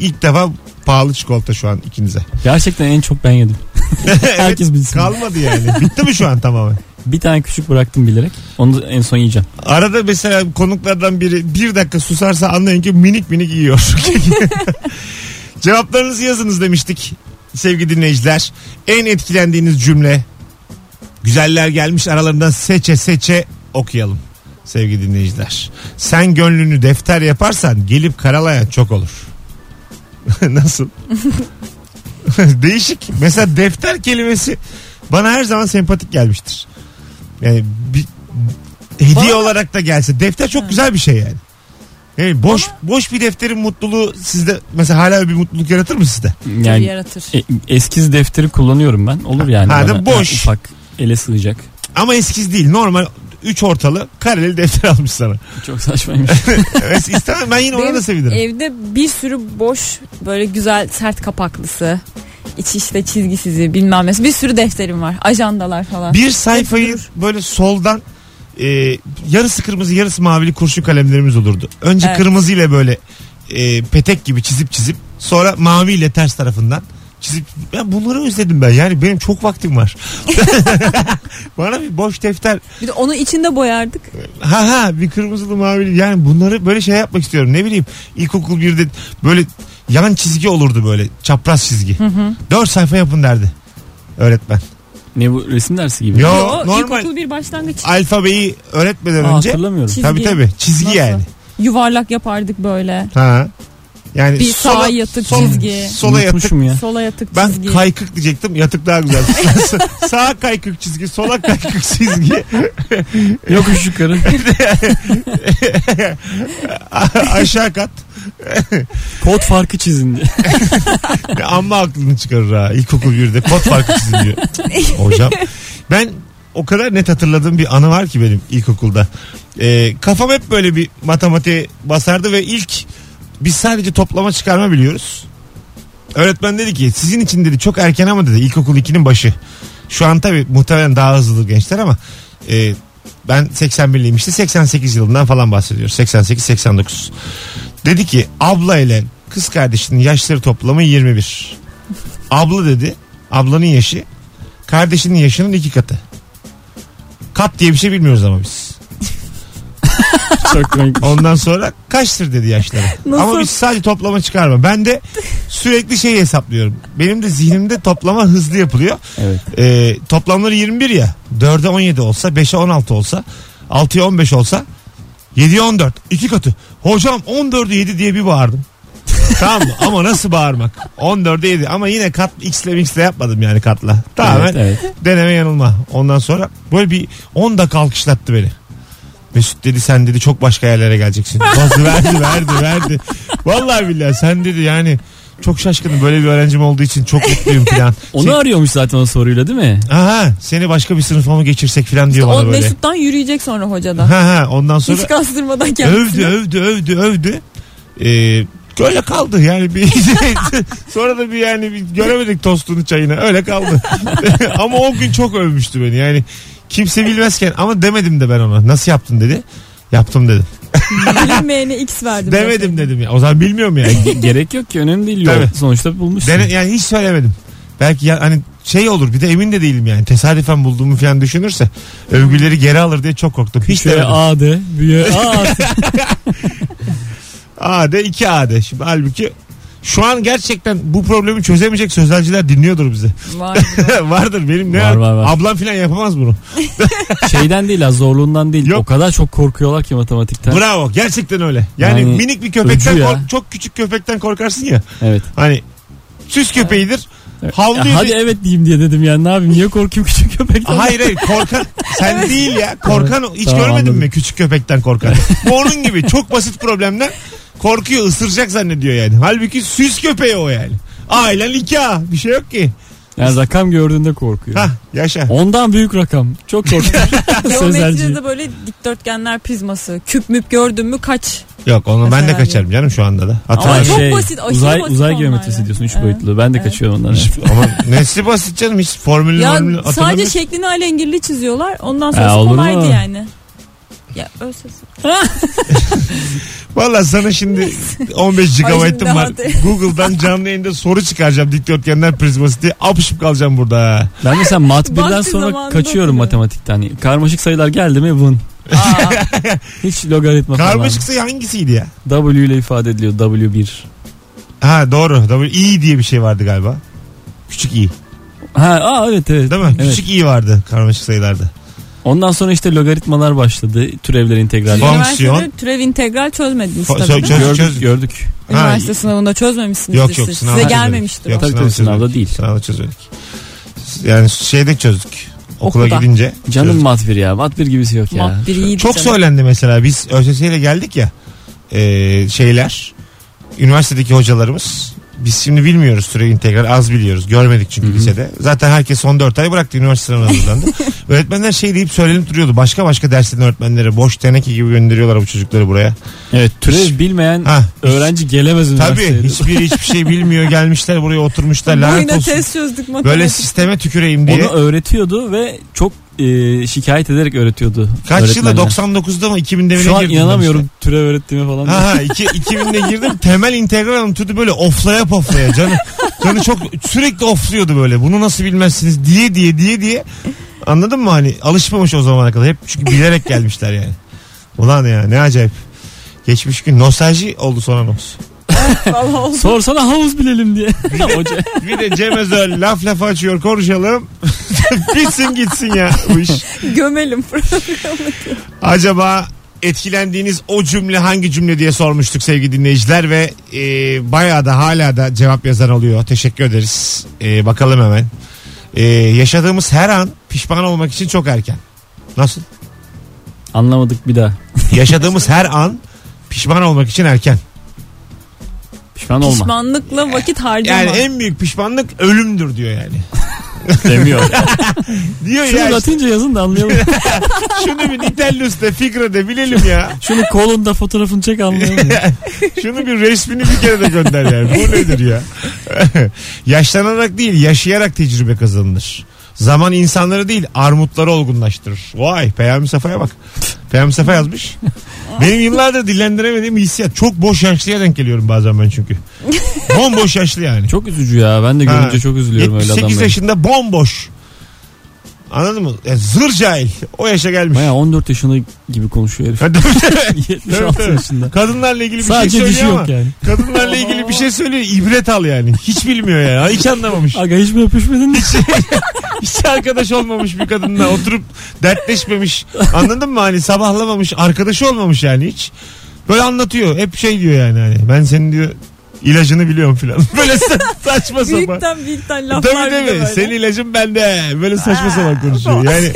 [SPEAKER 2] İlk defa pahalı çikolata şu an ikinize.
[SPEAKER 4] Gerçekten en çok ben yedim. Herkes bilsin.
[SPEAKER 2] Kalmadı yani. Bitti mi şu an tamamen?
[SPEAKER 4] Bir tane küçük bıraktım bilerek. Onu da en son yiyeceğim.
[SPEAKER 2] Arada mesela konuklardan biri bir dakika susarsa anlayın ki minik minik yiyor. [LAUGHS] Cevaplarınızı yazınız demiştik sevgili dinleyiciler. En etkilendiğiniz cümle güzeller gelmiş aralarından seçe seçe okuyalım sevgili dinleyiciler. Sen gönlünü defter yaparsan gelip karalayan çok olur. [LAUGHS] Nasıl? [LAUGHS] Değişik. Mesela defter kelimesi bana her zaman sempatik gelmiştir. Yani bir hediye olarak da gelse defter çok güzel bir şey yani. Yani boş boş bir defterin mutluluğu sizde mesela hala bir mutluluk yaratır mı sizde?
[SPEAKER 3] Tabii
[SPEAKER 4] Yani
[SPEAKER 3] yaratır.
[SPEAKER 4] e, eskiz defteri kullanıyorum ben. Olur yani.
[SPEAKER 2] Ha, de
[SPEAKER 4] bana.
[SPEAKER 2] boş.
[SPEAKER 4] Ha, Ufak ele sığacak.
[SPEAKER 2] Ama eskiz değil. Normal 3 ortalı kareli defter [LAUGHS] almış sana.
[SPEAKER 4] Çok saçmaymış. [LAUGHS]
[SPEAKER 2] Evet, İstemem ben yine ona da
[SPEAKER 3] Benim
[SPEAKER 2] sevinirim.
[SPEAKER 3] Evde bir sürü boş böyle güzel sert kapaklısı. içi işte çizgisizi bilmem nesi. Bir sürü defterim var. Ajandalar falan.
[SPEAKER 2] Bir sayfayı böyle soldan e, yarısı kırmızı yarısı mavili kurşun kalemlerimiz olurdu. Önce
[SPEAKER 3] Evet.
[SPEAKER 2] kırmızıyla böyle e, petek gibi çizip çizip sonra maviyle ters tarafından çizip ben bunları özledim ben. Yani benim çok vaktim var. [LAUGHS] Bana bir boş defter
[SPEAKER 3] Bir de onu içinde boyardık.
[SPEAKER 2] Ha ha bir kırmızılı mavili yani bunları böyle şey yapmak istiyorum ne bileyim ilkokul birde böyle yan çizgi olurdu böyle çapraz çizgi. Dört sayfa yapın derdi öğretmen.
[SPEAKER 4] ne bu resim dersi gibi.
[SPEAKER 2] Yo,
[SPEAKER 3] Yo,
[SPEAKER 2] normal
[SPEAKER 3] ilkokul bir başlangıç.
[SPEAKER 2] alfabeyi öğretmeden
[SPEAKER 4] Aa,
[SPEAKER 2] önce
[SPEAKER 4] hatırlamıyorum.
[SPEAKER 3] Çizgi.
[SPEAKER 2] tabi tabi çizgi
[SPEAKER 3] Nasıl?
[SPEAKER 2] yani.
[SPEAKER 3] Yuvarlak yapardık böyle.
[SPEAKER 2] Ha. Yani
[SPEAKER 3] Bir sağa yatık çizgi.
[SPEAKER 2] Sola yatık. [LAUGHS]
[SPEAKER 4] Unutmuşum ya.
[SPEAKER 3] Sola yatık
[SPEAKER 2] Ben
[SPEAKER 3] çizgi.
[SPEAKER 2] kaykık diyecektim yatık daha güzel. [LAUGHS] Sağa kaykık çizgi sola kaykık çizgi. [LAUGHS]
[SPEAKER 4] Yokuş yukarı.
[SPEAKER 2] A- aşağı kat.
[SPEAKER 4] Kod
[SPEAKER 2] [LAUGHS]
[SPEAKER 4] farkı çizindi.
[SPEAKER 2] Ya Amma aklını çıkarır ha. İlkokul birde kod farkı çizin diyor. Hocam. Ben o kadar net hatırladığım bir anı var ki benim ilkokulda. Ee, kafam hep böyle bir matematiğe basardı ve ilk biz sadece toplama çıkarma biliyoruz. Öğretmen dedi ki sizin için dedi çok erken ama dedi ilkokul 2'nin başı. Şu an tabi muhtemelen daha hızlıdır gençler ama e, ben 81'liyim işte 88 yılından falan bahsediyoruz. 88-89. Dedi ki abla ile kız kardeşinin yaşları toplamı 21. Abla dedi. Ablanın yaşı kardeşinin yaşının iki katı. Kat diye bir şey bilmiyoruz ama biz.
[SPEAKER 4] Çok
[SPEAKER 2] [LAUGHS]
[SPEAKER 4] komik.
[SPEAKER 2] Ondan sonra kaçtır dedi yaşları.
[SPEAKER 3] Nasıl?
[SPEAKER 2] Ama biz sadece toplama çıkarma. Ben de sürekli şeyi hesaplıyorum. Benim de zihnimde toplama hızlı yapılıyor.
[SPEAKER 4] Evet.
[SPEAKER 2] Ee, toplamları 21 ya. 4'e 17 olsa 5'e 16 olsa 6'ya 15 olsa 7'ye 14. iki katı. Hocam 14'ü 7 diye bir bağırdım. tamam mı? Ama nasıl bağırmak? 14'e 7 ama yine kat x ile mix ile yapmadım yani katla. Tamamen
[SPEAKER 4] Evet, evet.
[SPEAKER 2] deneme yanılma. Ondan sonra böyle bir 10 dakika alkışlattı beni. Mesut dedi sen dedi çok başka yerlere
[SPEAKER 3] [LAUGHS]
[SPEAKER 2] geleceksin. Bazı verdi verdi verdi. Vallahi billahi sen dedi yani çok şaşkınım böyle bir öğrencim olduğu için çok mutluyum
[SPEAKER 3] [LAUGHS]
[SPEAKER 2] falan.
[SPEAKER 4] Onu
[SPEAKER 2] Seni-
[SPEAKER 4] arıyormuş zaten o soruyla değil mi?
[SPEAKER 2] Aha seni başka bir sınıfa mı geçirsek falan diyor
[SPEAKER 3] o
[SPEAKER 2] bana böyle.
[SPEAKER 3] Mesut'tan yürüyecek
[SPEAKER 2] [LAUGHS]
[SPEAKER 3] sonra hocada.
[SPEAKER 2] Ha ha ondan sonra
[SPEAKER 3] Hiç kastırmadan
[SPEAKER 2] övdü
[SPEAKER 3] kendisini.
[SPEAKER 2] övdü övdü övdü. Ee, öyle kaldı yani bir [LAUGHS] sonra da bir yani bir göremedik tostunu çayını öyle kaldı. [LAUGHS] ama o gün çok övmüştü beni yani kimse bilmezken ama demedim de ben ona nasıl yaptın dedi. Yaptım dedim.
[SPEAKER 3] Bilinmeyene X verdim.
[SPEAKER 2] Demedim dedim ya. O zaman bilmiyorum
[SPEAKER 4] [LAUGHS]
[SPEAKER 2] yani. [LAUGHS]
[SPEAKER 4] Ge- Gerek yok ki önemli değil.
[SPEAKER 2] Tabii.
[SPEAKER 4] Yol. Sonuçta bulmuşsun.
[SPEAKER 2] Dene- yani hiç söylemedim. Belki ya, hani şey olur bir de emin de değilim yani. Tesadüfen bulduğumu falan düşünürse övgüleri geri alır diye çok korktum. Hiç
[SPEAKER 4] Küçüğe
[SPEAKER 2] demedim.
[SPEAKER 4] A de. Büyüğe A.
[SPEAKER 2] AD 2 AD. Şimdi halbuki Şu an gerçekten bu problemi çözemeyecek sözelciler dinliyordur bizi. [LAUGHS]
[SPEAKER 3] Vay be.
[SPEAKER 2] Vardır benim ne
[SPEAKER 4] Var, var, var.
[SPEAKER 2] ablam falan yapamaz bunu. [LAUGHS]
[SPEAKER 4] Şeyden değil ha zorluğundan değil.
[SPEAKER 2] Yok.
[SPEAKER 4] O kadar çok korkuyorlar ki matematikten.
[SPEAKER 2] Bravo gerçekten öyle. Yani,
[SPEAKER 4] Yani
[SPEAKER 2] minik bir köpekten
[SPEAKER 4] öcü ya.
[SPEAKER 2] kork- çok küçük köpekten korkarsın ya.
[SPEAKER 4] evet.
[SPEAKER 2] Hani süs köpeğidir.
[SPEAKER 4] Ya
[SPEAKER 2] Havlıyor.
[SPEAKER 4] hadi
[SPEAKER 2] diye-
[SPEAKER 4] evet diyeyim diye dedim yani ne yapayım niye korkayım küçük köpekten.
[SPEAKER 2] Hayır hayır
[SPEAKER 3] [LAUGHS]
[SPEAKER 2] korkan sen değil ya korkan
[SPEAKER 4] Evet,
[SPEAKER 2] hiç
[SPEAKER 4] tamam,
[SPEAKER 2] görmedin
[SPEAKER 4] anladım.
[SPEAKER 2] mi küçük köpekten
[SPEAKER 4] [LAUGHS]
[SPEAKER 2] korkan bu onun gibi çok basit problemler korkuyor ısıracak zannediyor yani halbuki süs köpeği o yani ailen iki ha bir şey yok ki
[SPEAKER 4] Yani rakam gördüğünde korkuyor.
[SPEAKER 2] ha yaşa
[SPEAKER 4] Ondan büyük rakam. Çok
[SPEAKER 2] [LAUGHS]
[SPEAKER 4] korkuyor.
[SPEAKER 3] Ve o
[SPEAKER 4] Sözelci.
[SPEAKER 3] neticede böyle dikdörtgenler prizması. Küp müp gördün mü kaç.
[SPEAKER 2] yok onu ben de
[SPEAKER 3] Mesela
[SPEAKER 2] kaçarım canım şu anda da
[SPEAKER 3] Ama
[SPEAKER 2] Atarım.
[SPEAKER 3] çok basit, aşırı
[SPEAKER 4] şey, uzay,
[SPEAKER 3] basit
[SPEAKER 4] uzay
[SPEAKER 3] onlar
[SPEAKER 4] geometrisi
[SPEAKER 3] yani.
[SPEAKER 4] diyorsun 3
[SPEAKER 3] Evet.
[SPEAKER 4] boyutlu. Ben de kaçıyorum ondan.
[SPEAKER 2] ama nesi basit canım hiç formülü
[SPEAKER 3] Ya
[SPEAKER 2] formülü
[SPEAKER 3] sadece şey-
[SPEAKER 2] hatırlamıyorsun.
[SPEAKER 3] şeklini alengirli çiziyorlar. Ondan
[SPEAKER 4] Ha,
[SPEAKER 3] sonra
[SPEAKER 4] olur mu?
[SPEAKER 3] kolaydı yani. Ya ölse
[SPEAKER 2] Valla sana şimdi 15 GB'ım var.
[SPEAKER 3] [LAUGHS] Ay,
[SPEAKER 2] Google'dan canlı yayında soru çıkaracağım dikdörtgenler prizması diye. Apışıp kalacağım burada. ha.
[SPEAKER 4] Ben mesela mat birden
[SPEAKER 3] Vakti
[SPEAKER 4] sonra
[SPEAKER 3] zamanında
[SPEAKER 4] kaçıyorum
[SPEAKER 3] oluyor.
[SPEAKER 4] matematikten. Hani karmaşık sayılar geldi mi vın. [LAUGHS] Hiç logaritma
[SPEAKER 2] Karmaşık sayı hangisiydi ya?
[SPEAKER 4] falan. W ile ifade ediliyor W1.
[SPEAKER 2] Ha doğru. Doğru. İyi diye bir şey vardı galiba. Küçük i.
[SPEAKER 4] Ha aa, evet evet.
[SPEAKER 2] Değil mi?
[SPEAKER 4] Evet.
[SPEAKER 2] Küçük i vardı karmaşık sayılarda.
[SPEAKER 4] Ondan sonra işte logaritmalar başladı. Türevler integral.
[SPEAKER 2] Fonksiyon. şey,
[SPEAKER 3] Üniversitede türev integral çözmediniz
[SPEAKER 2] Fo-
[SPEAKER 3] tabii.
[SPEAKER 2] çö-
[SPEAKER 3] değil mi?
[SPEAKER 2] çöz-
[SPEAKER 4] Gördük
[SPEAKER 2] çöz-
[SPEAKER 4] gördük.
[SPEAKER 3] Üniversite sınavında çözmemişsinizdir
[SPEAKER 2] şey, Yok yok
[SPEAKER 3] siz.
[SPEAKER 2] sınavda
[SPEAKER 3] Size
[SPEAKER 2] çözmedik.
[SPEAKER 3] gelmemiştir
[SPEAKER 2] Yok,
[SPEAKER 3] o.
[SPEAKER 4] Tabii tabii, sınavda değil.
[SPEAKER 2] Sınavda çözmedik. Yani şeyde çözdük. Okula
[SPEAKER 3] Okulda.
[SPEAKER 2] gidince.
[SPEAKER 4] Canım
[SPEAKER 2] çözdük.
[SPEAKER 4] mat bir ya. Mat bir gibisi yok ya.
[SPEAKER 3] Mat bir iyiydi
[SPEAKER 2] Çok
[SPEAKER 3] canım.
[SPEAKER 2] söylendi mesela biz ÖSS ile geldik ya e, şeyler üniversitedeki hocalarımız biz şimdi bilmiyoruz türev integral az biliyoruz görmedik çünkü lisede zaten herkes son 4 ay bıraktı üniversite
[SPEAKER 4] [LAUGHS]
[SPEAKER 2] sınavından öğretmenler şey deyip söylenip duruyordu başka başka derslerin öğretmenleri boş teneke gibi gönderiyorlar bu çocukları buraya
[SPEAKER 4] Evet türev bilmeyen
[SPEAKER 2] ha,
[SPEAKER 4] öğrenci gelemez üniversiteye.
[SPEAKER 2] tabii hiçbiri hiçbir şey bilmiyor gelmişler buraya oturmuşlar lanet
[SPEAKER 3] Boyuna
[SPEAKER 2] olsun
[SPEAKER 3] test çözdük matematik.
[SPEAKER 2] böyle sisteme tüküreyim diye
[SPEAKER 4] Onu öğretiyordu ve çok e, şikayet ederek öğretiyordu.
[SPEAKER 2] kaç yılda
[SPEAKER 4] öğretmenler.
[SPEAKER 2] 99'da mı 2000'de mi ne
[SPEAKER 4] Şu an
[SPEAKER 2] girdin
[SPEAKER 4] inanamıyorum
[SPEAKER 2] demişler.
[SPEAKER 4] türev öğrettiğime falan.
[SPEAKER 2] Ha ha iki, 2000'de girdim temel integral anlatıyordu böyle oflaya poflaya canı. Canı çok sürekli ofluyordu böyle bunu nasıl bilmezsiniz diye diye diye diye. Anladın mı hani alışmamış o zamana kadar hep çünkü bilerek gelmişler yani. Ulan ya ne acayip. Geçmiş gün nostalji oldu sonra nos.
[SPEAKER 3] Vallahi oldu.
[SPEAKER 4] [LAUGHS] Sorsana havuz bilelim diye. Hoca.
[SPEAKER 2] [LAUGHS] Bir de Cem Özel laf laf açıyor konuşalım. [LAUGHS] Bitsin gitsin ya bu iş. [LAUGHS]
[SPEAKER 3] Gömelim.
[SPEAKER 2] Acaba etkilendiğiniz o cümle hangi cümle diye sormuştuk sevgili dinleyiciler ve e, bayağı da hala da cevap yazan oluyor. Teşekkür ederiz. E, bakalım hemen. E, yaşadığımız her an pişman olmak için çok erken. Nasıl?
[SPEAKER 4] [LAUGHS] Anlamadık bir daha.
[SPEAKER 2] Yaşadığımız her an pişman olmak için erken.
[SPEAKER 4] Pişman olma.
[SPEAKER 3] Pişmanlıkla vakit harcama.
[SPEAKER 2] Yani en büyük pişmanlık ölümdür diyor yani.
[SPEAKER 4] demiyor.
[SPEAKER 2] [LAUGHS] Diyor
[SPEAKER 4] Şunu
[SPEAKER 2] ya işte,
[SPEAKER 4] Latince yazın da anlayalım.
[SPEAKER 2] [LAUGHS] şunu bir Nitellus'ta Fikra'da bilelim ya.
[SPEAKER 4] Şunu kolunda fotoğrafını
[SPEAKER 2] [LAUGHS]
[SPEAKER 4] çek anlayalım.
[SPEAKER 2] Şunu bir resmini bir kere de gönder yani. Bu nedir ya? [LAUGHS] Yaşlanarak değil yaşayarak tecrübe kazanılır. Zaman insanları değil armutları olgunlaştırır. Vay Peyami Safa'ya bak. Peyami Safa yazmış. Benim yıllardır dillendiremediğim hissiyat. Çok boş yaşlıya denk geliyorum bazen ben çünkü. Bomboş yaşlı yani.
[SPEAKER 4] Çok üzücü ya. Ben de görünce
[SPEAKER 2] Ha.
[SPEAKER 4] çok üzülüyorum öyle
[SPEAKER 2] 78
[SPEAKER 4] adamlara.
[SPEAKER 2] yaşında bomboş. Anladın mı? Ya zır cahil. O yaşa gelmiş.
[SPEAKER 4] Baya 14 yaşında gibi konuşuyor herif.
[SPEAKER 2] [LAUGHS]
[SPEAKER 4] 76
[SPEAKER 2] tabii.
[SPEAKER 4] yaşında.
[SPEAKER 2] Kadınlarla ilgili bir şey
[SPEAKER 4] Sadece
[SPEAKER 2] söylüyor
[SPEAKER 4] dişi
[SPEAKER 2] ama.
[SPEAKER 4] yok yani.
[SPEAKER 2] Kadınlarla ilgili bir şey söylüyor. ibret al yani. Hiç bilmiyor yani. Hiç
[SPEAKER 4] [LAUGHS]
[SPEAKER 2] anlamamış.
[SPEAKER 4] Aga hiç mi öpüşmedin?
[SPEAKER 2] Hiç arkadaş olmamış bir kadınla oturup dertleşmemiş. Anladın mı? Hani sabahlamamış. Arkadaşı olmamış yani hiç. Böyle anlatıyor. Hep şey diyor yani. Hani ben senin diyor ilacını biliyorum filan. [LAUGHS] Böyle sa- saçma sapan.
[SPEAKER 3] Büyükten büyükten
[SPEAKER 2] Tabii
[SPEAKER 3] laflar bir de
[SPEAKER 2] tabii.
[SPEAKER 3] böyle.
[SPEAKER 2] Senin ilacın bende. Böyle saçma
[SPEAKER 3] Aa,
[SPEAKER 2] sapan konuşuyor. Yani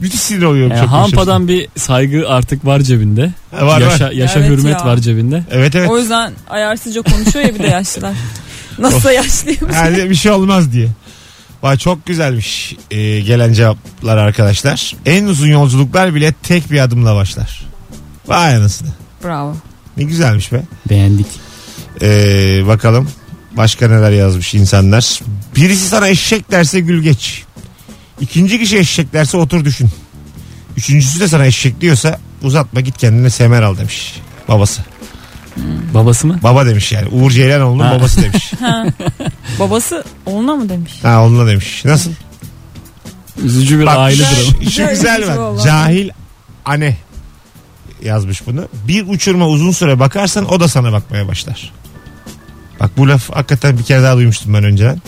[SPEAKER 2] müthiş sinir oluyorum.
[SPEAKER 4] Yani
[SPEAKER 2] çok konuşuyorsun.
[SPEAKER 4] hampadan bir saygı artık var cebinde.
[SPEAKER 2] Ha, var,
[SPEAKER 4] yaşa
[SPEAKER 2] var.
[SPEAKER 4] yaşa
[SPEAKER 3] Evet
[SPEAKER 4] hürmet
[SPEAKER 3] ya.
[SPEAKER 4] var cebinde.
[SPEAKER 2] Evet evet.
[SPEAKER 3] O yüzden ayarsızca konuşuyor ya bir
[SPEAKER 2] [LAUGHS]
[SPEAKER 3] de yaşlılar. Nasıl yaşlıyım?
[SPEAKER 2] Yani bir şey olmaz diye. Vay çok güzelmiş e, gelen cevaplar arkadaşlar. En uzun yolculuklar bile tek bir adımla başlar. Vay anasını.
[SPEAKER 3] Bravo.
[SPEAKER 2] Ne güzelmiş be.
[SPEAKER 4] Beğendik.
[SPEAKER 2] E, bakalım başka neler yazmış insanlar. Birisi sana eşek derse gül geç. İkinci kişi eşek derse otur düşün. Üçüncüsü de sana eşek diyorsa uzatma git kendine semer al demiş babası.
[SPEAKER 4] Babası mı?
[SPEAKER 2] Baba demiş yani Uğur Ceylanoğlu'nun
[SPEAKER 4] Ha.
[SPEAKER 2] babası demiş.
[SPEAKER 3] Babası oğluna mı demiş?
[SPEAKER 2] Ha onunla demiş. Nasıl?
[SPEAKER 4] Üzücü bir
[SPEAKER 2] Bak,
[SPEAKER 4] aile
[SPEAKER 2] şu-
[SPEAKER 4] dramı.
[SPEAKER 2] Şu,
[SPEAKER 3] Güzel
[SPEAKER 2] güzel
[SPEAKER 3] bir şey
[SPEAKER 2] var.
[SPEAKER 3] vallahi.
[SPEAKER 2] Cahil anne yazmış bunu. Bir uçurma uzun süre bakarsan o da sana bakmaya başlar. Bak bu laf hakikaten bir kere daha duymuştum ben önceden.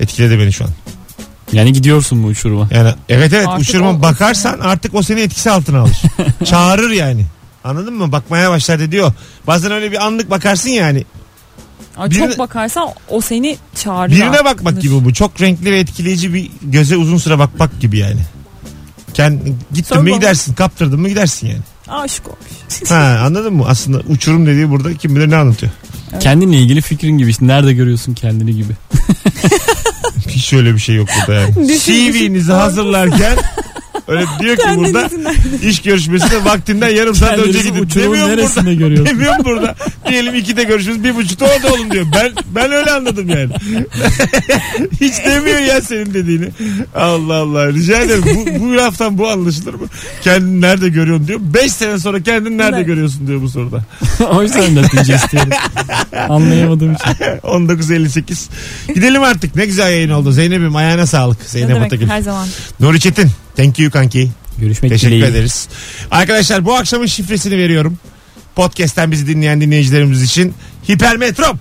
[SPEAKER 2] Etkiledi beni şu an.
[SPEAKER 4] Yani gidiyorsun bu uçuruma.
[SPEAKER 2] Yani evet evet
[SPEAKER 3] Artık
[SPEAKER 2] uçuruma
[SPEAKER 3] o-
[SPEAKER 2] bakarsan artık o seni etkisi altına
[SPEAKER 3] [LAUGHS]
[SPEAKER 2] alır. Çağırır yani. Anladın mı? Bakmaya başlar dedi diyor. Bazen öyle bir anlık bakarsın hani. yani.
[SPEAKER 3] Ay,
[SPEAKER 2] Birine-
[SPEAKER 3] çok bakarsan o seni çağırır.
[SPEAKER 2] Birine
[SPEAKER 3] arkadaş.
[SPEAKER 2] bakmak gibi bu. Çok renkli ve etkileyici bir göze uzun süre bakmak gibi yani. Kend, gittin
[SPEAKER 3] Sonra
[SPEAKER 2] mi
[SPEAKER 3] bak-
[SPEAKER 2] gidersin, kaptırdın mı gidersin yani.
[SPEAKER 3] Aşık olmuş.
[SPEAKER 2] Ha, anladın mı? Aslında uçurum dediği burada kim bilir ne anlatıyor. [LAUGHS]
[SPEAKER 4] Kendinle ilgili fikrin gibi işte nerede görüyorsun kendini gibi.
[SPEAKER 2] Hiç öyle bir şey yok burada yani.
[SPEAKER 3] Düşün, düşün.
[SPEAKER 2] CV'nizi hazırlarken öyle diyor ki burada
[SPEAKER 3] Kendinizin nerede?
[SPEAKER 2] iş görüşmesine vaktinden yarım saat önce
[SPEAKER 4] Kendinizi
[SPEAKER 2] gidin.
[SPEAKER 4] uçurumun
[SPEAKER 2] Demiyorum burada.
[SPEAKER 4] neresinde görüyorsun?
[SPEAKER 2] Demiyorum burada. Diyelim ikide görüşürüz bir buçukta orada olun diyor. Ben ben öyle anladım yani. [LAUGHS] Hiç demiyor ya senin dediğini. Allah Allah rica ederim. Bu, bu laftan bu anlaşılır mı? Kendini nerede görüyorsun diyor. Beş sene sonra kendini nerede
[SPEAKER 3] Evet.
[SPEAKER 2] görüyorsun diyor bu soruda.
[SPEAKER 4] [LAUGHS] o yüzden netice istiyorum. Anlayamadığım için.
[SPEAKER 2] 19.58. Gidelim artık. Ne güzel yayın oldu. Zeynep'im ayağına sağlık.
[SPEAKER 3] Ne
[SPEAKER 2] Zeynep
[SPEAKER 3] demek
[SPEAKER 2] Atagül.
[SPEAKER 3] her zaman.
[SPEAKER 2] Nuri Çetin. Thank you kanki.
[SPEAKER 4] Görüşmek
[SPEAKER 2] Teşekkür
[SPEAKER 4] dileğiyle.
[SPEAKER 2] ederiz. Arkadaşlar bu akşamın şifresini veriyorum. Podcast'ten bizi dinleyen dinleyicilerimiz için Hipermetrop.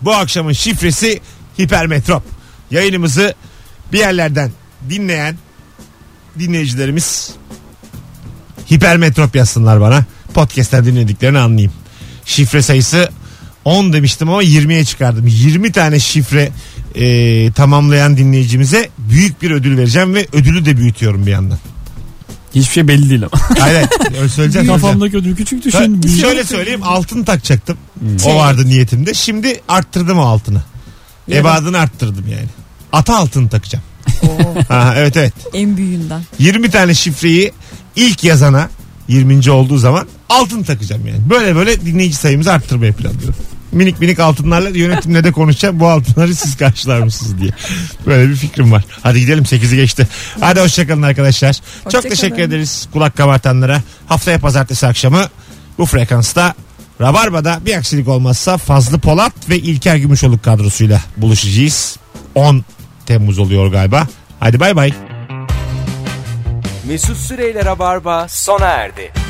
[SPEAKER 2] Bu akşamın şifresi Hipermetrop. Yayınımızı bir yerlerden dinleyen dinleyicilerimiz Hipermetrop yazsınlar bana. Podcast'ten dinlediklerini anlayayım. Şifre sayısı 10 demiştim ama 20'ye çıkardım. 20 tane şifre e, tamamlayan dinleyicimize büyük bir ödül vereceğim ve ödülü de büyütüyorum bir yandan.
[SPEAKER 4] Hiçbir şey belli değil ama.
[SPEAKER 2] Hayır hayır. Öyle söyleyeceğim.
[SPEAKER 4] Kafamdaki ödül küçük düşün.
[SPEAKER 2] söyleyeceğim.
[SPEAKER 4] büyük.
[SPEAKER 2] Şöyle söyleyeyim altın takacaktım. O vardı niyetimde. Şimdi arttırdım o altını. Ebadını arttırdım yani. Ata altını takacağım. ha, evet evet.
[SPEAKER 3] En büyüğünden.
[SPEAKER 2] 20 tane şifreyi ilk yazana 20. olduğu zaman altın takacağım yani. Böyle böyle dinleyici sayımızı arttırmaya planlıyorum. Minik minik altınlarla yönetimle de konuşacağım. Bu altınları siz karşılar mısınız diye. Böyle bir fikrim var. Hadi gidelim 8'i geçti. Hadi hoşçakalın arkadaşlar. Çok
[SPEAKER 3] Hoşçakalın.
[SPEAKER 2] teşekkür ederiz kulak kabartanlara. Haftaya pazartesi akşamı bu frekansta Rabarba'da bir aksilik olmazsa Fazlı Polat ve İlker Gümüşoluk kadrosuyla buluşacağız. 10 Temmuz oluyor galiba. Hadi bay bay.
[SPEAKER 1] Mesut Süreyler'e barba sona erdi.